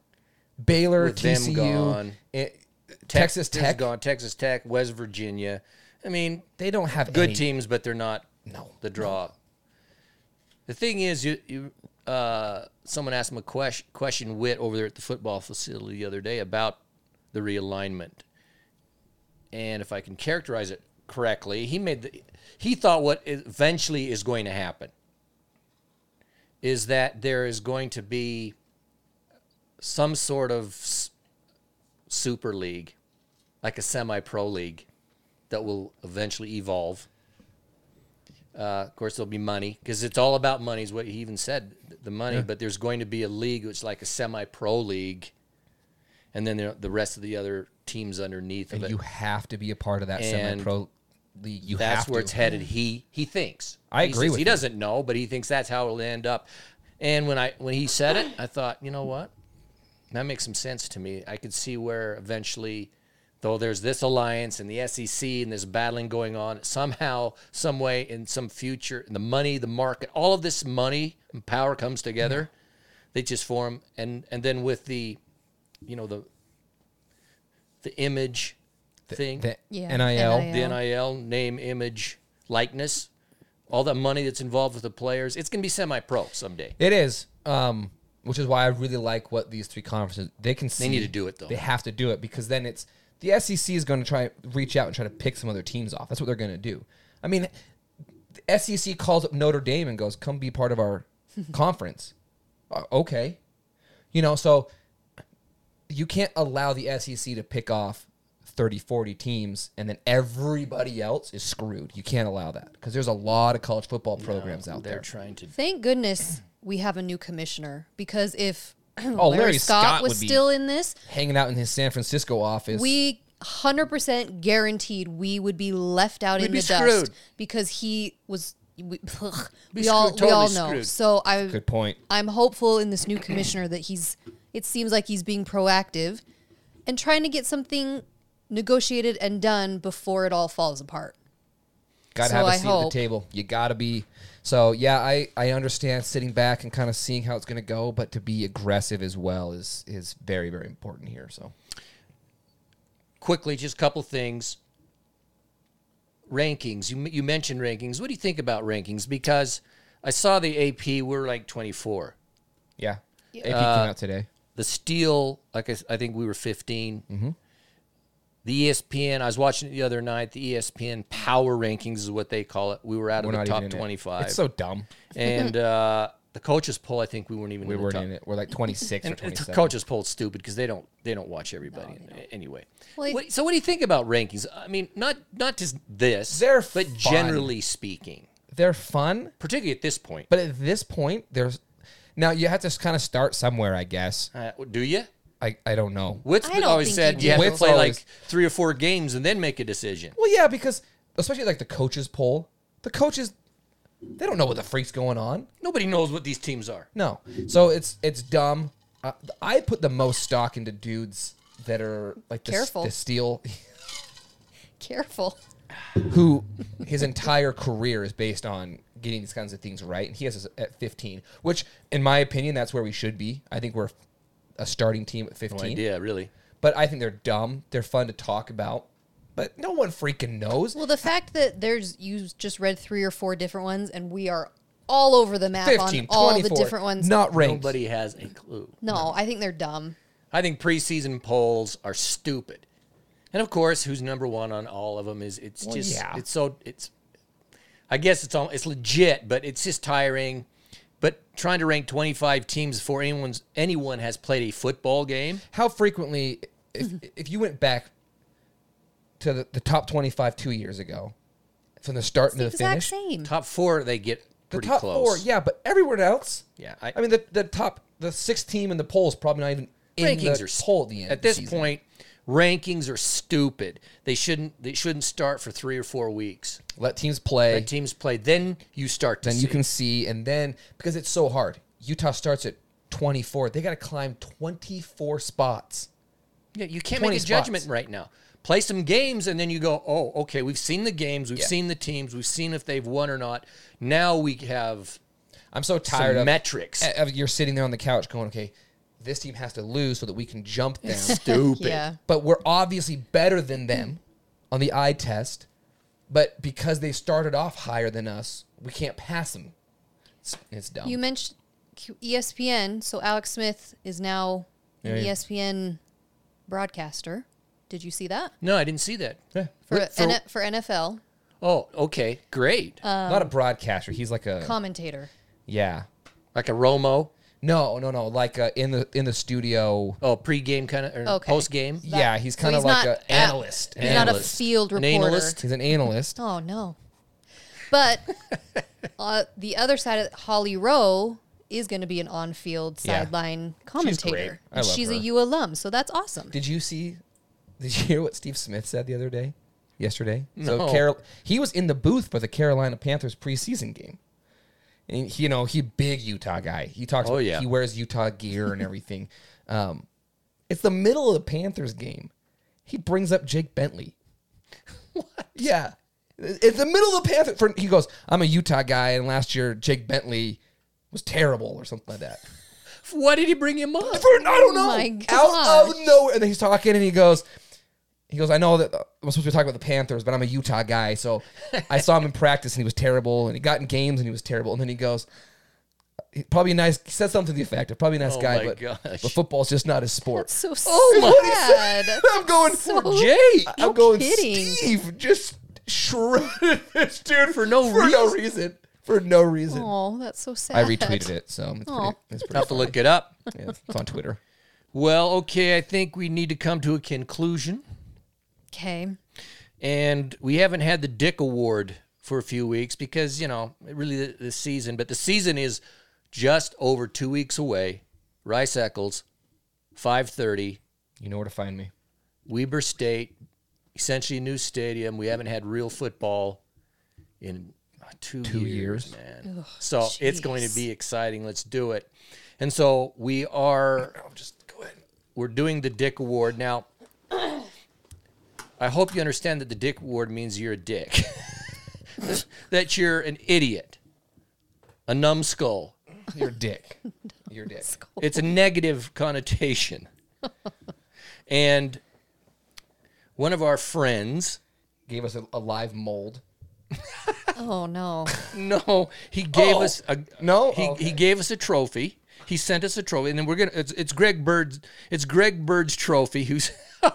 C: baylor
D: With them
C: tcu
D: gone.
C: it-
D: Tex-
C: eh, texas
D: this is
C: tech
D: gone. Texas Tech, West Virginia. I mean,
C: they don't have
D: good
C: any-
D: teams, but they're not
C: No,
D: the draw. The thing is, you, you uh, someone asked him a question, question wit over there at the football facility the other day about the realignment, and if I can characterize it correctly, he made the, he thought what eventually is going to happen is that there is going to be some sort of s- super league, like a semi-pro league, that will eventually evolve. Uh, of course, there'll be money because it's all about money. Is what he even said, the money. But there's going to be a league which is like a semi-pro league, and then there, the rest of the other teams underneath.
C: and
D: of it
C: you have to be a part of that
D: And
C: semi-pro league you
D: that's
C: have
D: where
C: to.
D: it's headed. He he thinks.
C: I
D: He
C: agree
D: says
C: with
D: He
C: you.
D: doesn't know, but he thinks that's how it'll end up. And when I when he said it, I thought, you know what, that makes some sense to me. I could see where eventually, though there's this alliance and the SEC and this battling going on, somehow, some way, in some future, the money, the market, all of this money and power comes together. They just form, and and then with the, you know the. The image thing,
C: The
B: Yeah,
C: nil,
B: NIL.
D: the NIL name, image, likeness, all the money that's involved with the players. It's going to be semi-pro someday.
C: it is um which is why i really like what these three conferences they can see
D: need to do it, though.
C: they have to do it because then it's the sec is going to try reach out and try to pick some other teams off that's what they're going to do i mean the sec calls up notre dame and goes come be part of our conference Uh, okay you know so you can't allow the SEC to pick off 30, 40 teams and then everybody else is screwed. You can't allow that because there's a lot of college football programs out
D: They're
C: there.
D: trying to.
B: Thank goodness we have a new commissioner because if Larry,
C: Larry
B: Scott,
C: Scott
B: was
C: would be-
B: still in this,
C: Hanging out in his San Francisco office.
B: we 100% guaranteed we would be left out in
D: be
B: the
D: screwed.
B: dust because he was. We, we
D: Be
B: all
D: screwed,
B: we all
D: totally
B: know.
D: screwed.
B: So I
C: Good point.
B: I'm hopeful in this new commissioner that he's it seems like he's being proactive and trying to get something negotiated and done before it all falls apart.
C: Got to
B: So
C: have a
B: I
C: seat at
B: hope-
C: the table. You got to be. So, yeah, I, I understand sitting back and kind of seeing how it's going to go, but to be aggressive as well is is very, very important here. So,
D: Quickly, just a couple things. Rankings. You you mentioned rankings. What do you think about rankings? Because I saw the AP. We're like 24.
C: yeah. AP
D: Uh,
C: came out today.
D: The Steel. Like I, s- I think we were 15.
C: Mm-hmm.
D: The E ESPN. I was watching it the other night. The E ESPN Power Rankings is what they call it. We were out
C: We're
D: of
C: not
D: the
C: even
D: top
C: in it.
D: 25.
C: It's so dumb.
D: and uh, the coaches poll. I think we weren't even.
C: We
D: in the
C: weren't
D: top.
C: in it. We're like 26 or
D: And, and
C: 27.
D: the coaches poll stupid because they don't they don't watch everybody a- anyway.
B: Well,
D: What- so what do you think about rankings? I mean, not not just this,
C: They're
D: but
C: fun.
D: generally speaking,
C: They're fun.
D: particularly at this point.
C: But at this point, there's now you have to kind of start somewhere, I guess.
D: Uh, do you?
C: I, I don't know.
D: Witt's
B: I
D: been
B: don't
D: always
B: think
D: said
B: you
D: you have to
C: do.
D: play
C: Witt's
D: like three or four games and then make a decision.
C: Well, yeah, because especially like the coaches poll, the coaches they don't know what the freak's going on.
D: Nobody knows what these teams are.
C: No, so it's it's dumb. Uh, I put the most stock into dudes that are like the,
B: Careful.
C: the steel,
B: Careful.
C: who his entire career is based on getting these kinds of things right, and he has us at 15, which in my opinion that's where we should be. I think we're a starting team at 15.
D: No idea, really.
C: But I think they're dumb. They're fun to talk about. But no one freaking knows.
B: Well, the fact that there's you just read three or four different ones, and we are all over the map
C: 15,
B: on all the
C: 24,
B: different ones.
C: Not ranked.
D: Nobody has a clue.
B: no, I think they're dumb.
D: I think preseason polls are stupid. And of course, who's number one on all of them is it's
C: Well,
D: just
C: yeah.
D: it's so it's I guess it's all it's legit, but it's just tiring. But trying to rank 25 teams before anyone's anyone has played a football game.
C: How frequently, if, if you went back to the, the top 25 two years ago, from the start
B: It's the
C: to the
B: exact
C: finish,
B: same.
D: Top 4 they get
C: the
D: pretty
C: top
D: close.
C: four, yeah, but everyone else,
D: Yeah,
C: I,
D: I-
C: mean, the, the top, the sixth team in the poll is probably not even in
D: rankings
C: the
D: are st-
C: poll at the end. of
D: At
C: the
D: this
C: season.
D: point, rankings are stupid. They shouldn't they shouldn't start for 3 or 4 weeks.
C: let teams play.
D: Let teams play then you start to
C: then
D: see.
C: you can see, and then because it's so hard, Utah starts at 24. They got to climb 24 spots.
D: Yeah, you can't
C: 20
D: make a judgment
C: spots.
D: right now. Play some games and then you go, oh, okay, we've seen the games, we've
C: Yeah.
D: seen the teams, we've seen if they've won or not. Now we have
C: I'm so tired
D: some
C: of
D: metrics.
C: of- You're sitting there on the couch going, okay, this team has to lose so that we can jump them.
D: Stupid.
B: Yeah.
C: but we're obviously better than them on the eye test. But because they started off higher than us, we can't pass them. It's, it's dumb.
B: You mentioned E Q- ESPN, so Alex Smith is now an E
C: Yeah, yeah.
B: ESPN broadcaster. Did you see that
D: No, I didn't see that.
C: Yeah.
B: for
D: For-
B: N- for NFL
D: Oh, okay, great.
B: um,
C: Not a broadcaster. He's like a
B: commentator?
C: yeah.
D: like a Romo.
C: No, no, no. Like uh in the in the studio.
D: Oh, pregame kind of, or
B: Okay.
D: postgame.
B: That-
C: yeah, he's
B: so
C: kind of
B: he's
C: like
B: not
C: a
B: a-
C: analyst.
B: He's not a
D: Analyst.
B: field
D: An
B: reporter.
D: analyst?
C: He's an analyst.
B: Oh no. But uh, the other side of Holly Rowe is going to be an on-field
C: Yeah.
B: sideline
C: great.
B: commentator.
C: I love
B: She's
C: her.
B: a U alum, so that's awesome.
C: Did you see? Did you hear what Steve Smith said the other day? Yesterday, so
D: No.
C: Carol, he was in the booth for the Carolina Panthers preseason game, and he, you know he big Utah guy. He talks.
D: Oh,
C: about-
D: yeah.
C: He wears Utah gear and everything. um, it's the middle of the Panthers game. He brings up Jake Bentley. what? Yeah. It's the middle of the Panthers. For, he goes, "I'm a Utah guy, and last year Jake Bentley was terrible, or something like that."
D: Why did he bring him up?
C: for I don't know.
B: Oh my
C: Out of
B: gosh.
C: nowhere, and then he's talking, and he goes, he goes, I know that uh, I'm supposed to be talking about the Panthers, but I'm a Utah guy, so I saw him in practice, and he was terrible, and he got in games, and he was terrible, and then he goes, he- probably a nice, he said something to the effect of probably a nice
D: Oh
C: guy,
D: my
C: but
D: gosh.
C: but football's just not his sport.
B: So
C: Oh my
B: sad.
C: I'm going
B: So-
C: for Jake.
B: no
C: I'm going
B: kidding.
C: Steve. Just shredded this dude for
D: no
C: for no reason. For no reason.
B: Oh, that's so sad.
C: I retweeted it, so it's
B: Aw.
C: pretty, it's pretty
D: Have to look it up.
C: yeah, it's on Twitter.
D: Well, okay, I think we need to come to a conclusion.
B: Okay.
D: and we haven't had the Dick Award for a few weeks because you know really the, the season, but the season is just over two weeks away. Rice Eccles, five thirty,
C: You know where to find me.
D: Weber State, essentially a new stadium. We haven't had real football in uh, two,
C: Two
D: years,
C: years.
D: man. so it's going to
B: jeez.
D: be exciting. Let's do it. And so we are.
B: Oh,
D: just go ahead. We're doing the Dick Award now. I hope you understand that the Dick Award means you're a dick, that you're an idiot, a numbskull.
C: Your dick. Your dick.
D: It's a negative connotation. and one of our friends,
C: Gave us a, a live mold.
B: Oh no.
D: no, he gave
C: Oh,
D: us a
C: no?
D: He,
C: Okay.
D: he gave us a trophy. He sent us a trophy, and then we're gonna. It's, it's Greg Bird's. It's Greg Bird's trophy. Who's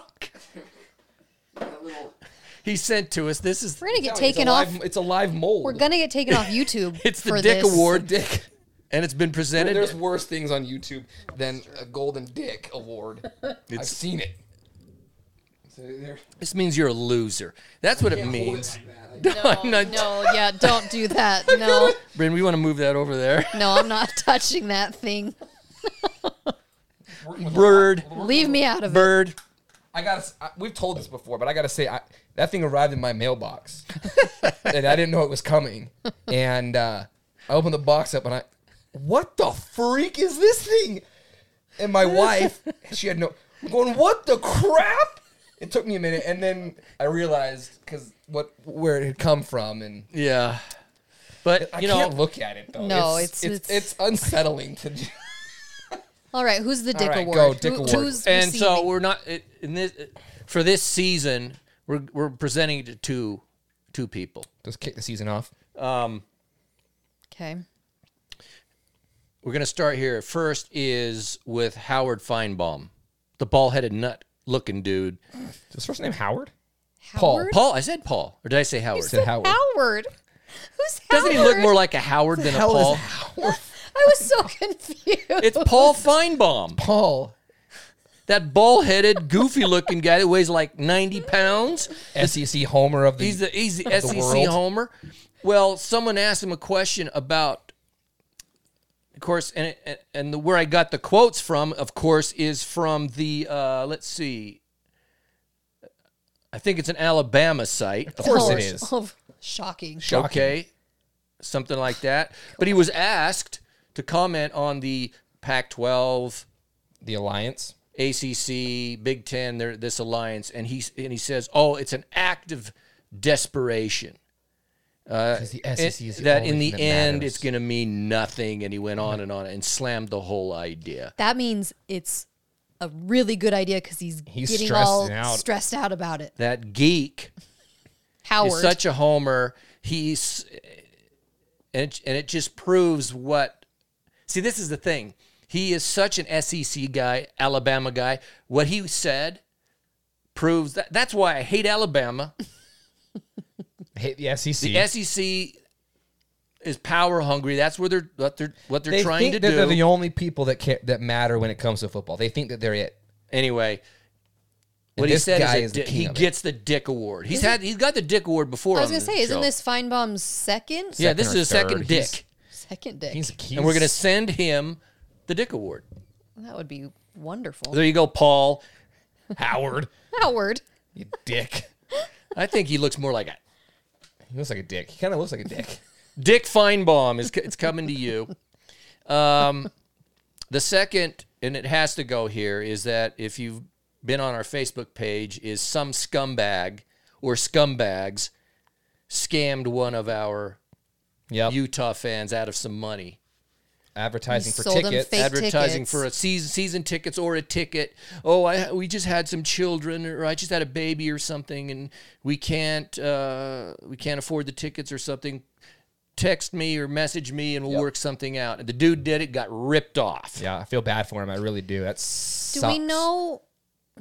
D: he sent to us? This is
B: We're gonna get
C: It's a
B: taken off.
C: live- it's a live mold.
B: We're gonna get taken off YouTube.
D: it's the
B: for
D: Dick
B: this.
D: Award,
C: dick.
D: and it's been presented.
C: There's worse things on YouTube than a golden dick award. I've seen it. So there-
D: This means you're a loser. That's what it means.
B: No, no, yeah, don't do that. No,
D: Bryn, we want to move that over there.
B: no, I'm not touching that thing.
D: Bird,
B: Leave me out of it.
D: bird.
C: I gotta. s- I, we've told this before, but I gotta say I, that thing arrived in my mailbox, and I didn't know it was coming. And uh, I opened the box up, and I, what the freak is this thing? And my wife, she had no. I'm going, what the crap? It took me a minute, and then I realized because what where it had come from, and
D: Yeah. But
C: I
D: you
C: can't
D: know,
C: look at it though.
B: No,
C: it's
B: it's-
C: it's, it's, unsettling to.
B: All right, who's the Dick
C: right,
B: Award?
C: go, Dick
B: Who-
C: Award.
B: Who's
D: and so
B: receiving-
D: we're not it, in this for this season. We're we're presenting it to two two people.
C: Just kick the season off.
B: okay.
D: We're going to start here. First is with Howard Feinbaum, the ball-headed nut looking dude.
C: Is his first name Howard?
B: Howard?
D: Paul, I said Paul, or did I say Howard?
C: said Howard.
B: Howard. Who's Howard?
D: Doesn't he look more like a Howard than a
C: hell is
D: Paul?
B: I was so confused.
D: It's Paul Feinbaum,
C: Paul.
D: that ball-headed, goofy-looking guy that weighs like ninety pounds.
C: SEC E homer of the.
D: He's the he's the SEC
C: world.
D: homer. Well, someone asked him a question about, of course, and and- and the, where I got the quotes from, of course, is from the uh, let's see, I think it's an Alabama site. Of
C: course it is.
B: Oh, shocking.
D: Okay, something like that. But he was asked to comment on the Pac-12
C: the alliance.
D: ACC, Big Ten, there this alliance, and he and he says, "Oh, it's an act of desperation."
C: Because the SEC
D: Uh, It-
C: is the
D: that
C: only
D: in the
C: thing that
D: end,
C: matters.
D: it's going to mean nothing. And he went on and on and slammed the whole idea.
B: That means it's a really good idea because he's,
C: He's
B: getting
C: stressed
B: all
C: out.
B: stressed out about it.
D: That geek
B: Howard.
D: is such a homer. He's and it, and it just proves what. See, this is the thing. He is such an SEC guy, Alabama guy. What he said proves that. That's why I hate Alabama.
C: hit the E SEC.
D: The E SEC is power hungry. That's where they're what they're what they're
C: they
D: trying
C: think
D: to
C: that
D: do.
C: they're the only people that care, that matter when it comes to football. They think that they're it.
D: anyway, what he
C: this
D: said
C: guy is
D: is, a
C: the
D: di-
C: king
D: he
C: of it.
D: gets the Dick Award. He's had he's got the Dick Award before.
B: I was
D: on
B: gonna
D: the
B: say, isn't
D: show.
B: this Feinbaum's second?
D: Yeah, this is
C: or
D: his second
C: third.
D: Dick,
C: He's-
B: Second dick.
C: He's, he's
D: and we're gonna send him the Dick Award.
B: that would be wonderful.
D: There you go, Paul.
C: Howard.
B: Howard.
C: You dick.
D: I think he looks more like a
C: He looks like a dick. He kind of looks like a dick.
D: Dick Feinbaum is c- it's coming to you. Um, the second, and it has to go here, is that if you've been on our Facebook page, is some scumbag or scumbags scammed one of our
C: Yep.
D: Utah fans out of some money.
C: advertising
B: He
C: for
B: sold 'em
C: tickets.
B: fake-
D: advertising
B: tickets.
D: for a season season tickets or a ticket. Oh, I we just had some children, or I just had a baby or something, and we can't uh, we can't afford the tickets or something. Text me or message me, and we'll work something out. And the dude did it, got ripped off.
C: yeah, I feel bad for him. I really do. That's.
B: Do we know?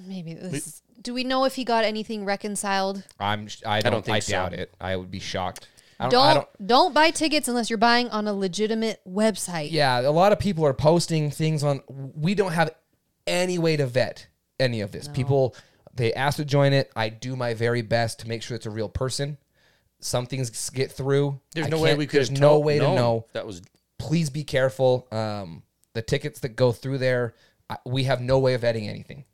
B: Maybe this. is- do we know if he got anything reconciled?
C: I'm. sh- I don't. I,
D: don't think so.
C: doubt it. I would be shocked. I don't,
B: Don't
C: I
B: don't,
C: don't.
B: buy tickets unless you're buying on a legitimate website.
C: Yeah, a lot of people are posting things on. We don't have any way to vet any of this. People they ask to join it. I do my very best to make sure it's a real person. Some things get through.
D: There's
C: I
D: no way
C: can't-
D: we could.
C: There's
D: have
C: no
D: told-
C: way to
D: known
C: know.
D: That was
C: Please be careful. Um, the tickets that go through there, I, we have no way of vetting anything.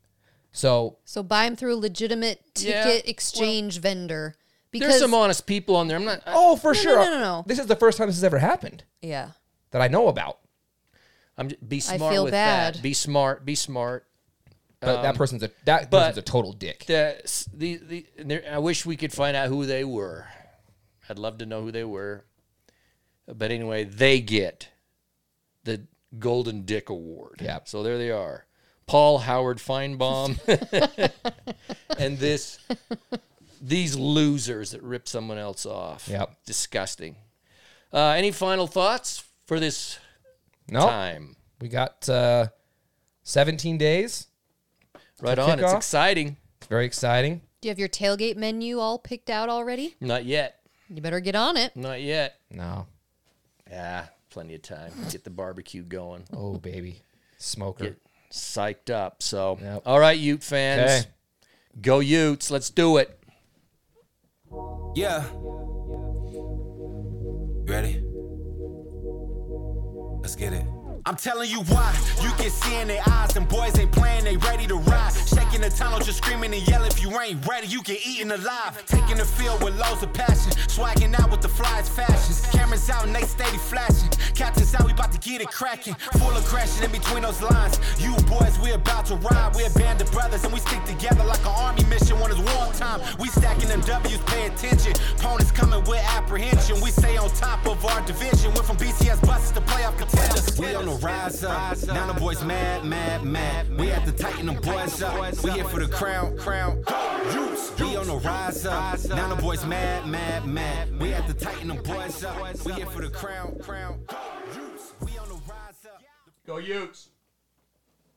C: So
B: So buy them through a legitimate
D: Yeah,
B: ticket exchange vendor.
D: there's
B: Because
D: some honest people on there. I'm not. I,
C: Oh, for sure.
B: no, no, no.
C: This is the first time this has ever happened
B: yeah,
C: that I know about.
D: I'm just, be smart
B: feel
D: with
B: bad.
D: that. Be smart. Be smart.
C: But that person's a that
D: Um, but-
C: person's a total dick.
D: The, the, the, there, I wish we could find out who they were. I'd love to know who they were. But anyway, they get the Golden Dick Award.
C: Yep.
D: So there they are. Paul Howard Feinbaum and this these losers that rip someone else off.
C: Yep.
D: Disgusting. Uh, any final thoughts for this
C: no,
D: time?
C: we got uh, 17 days.
D: Right on. It's
C: kickoff?
D: exciting.
C: It's very exciting.
B: do you have your tailgate menu all picked out already?
D: Not yet.
B: You better get on it.
D: Not yet.
C: No,
D: Ah, plenty of time. Get the barbecue going.
C: oh baby, smoker.
D: Get psyched up. So,
C: Yep.
D: all right, Ute fans,
C: Okay.
D: go Utes. Let's do it.
A: Yeah. Ready? Let's get it. I'm telling you why. You can see in their eyes, them boys ain't playing, they ready to ride. Shaking the tunnel, just screaming and yell if you ain't ready. You get eaten alive. Taking the field with loads of passion. Swagging out with the flies fashions. Cameras out, and they steady flashing. Captain's out, we about to get it cracking. Full of crashing in between those lines. You boys, we about to ride. We're a band of brothers and we stick together like an army mission when it's wartime. We stacking them W's, pay attention. Opponents coming with apprehension. We stay on top of our division. Went from BCS buses to playoff contenders. We on the rise up. Now the boys mad, mad, mad. We have to tighten the boys up. We here for the crown, crown. We on the rise up. Now the boys mad, mad, mad. We have to tighten the boys up. We here for the crown, crown. We on the rise up.
E: Go Utes.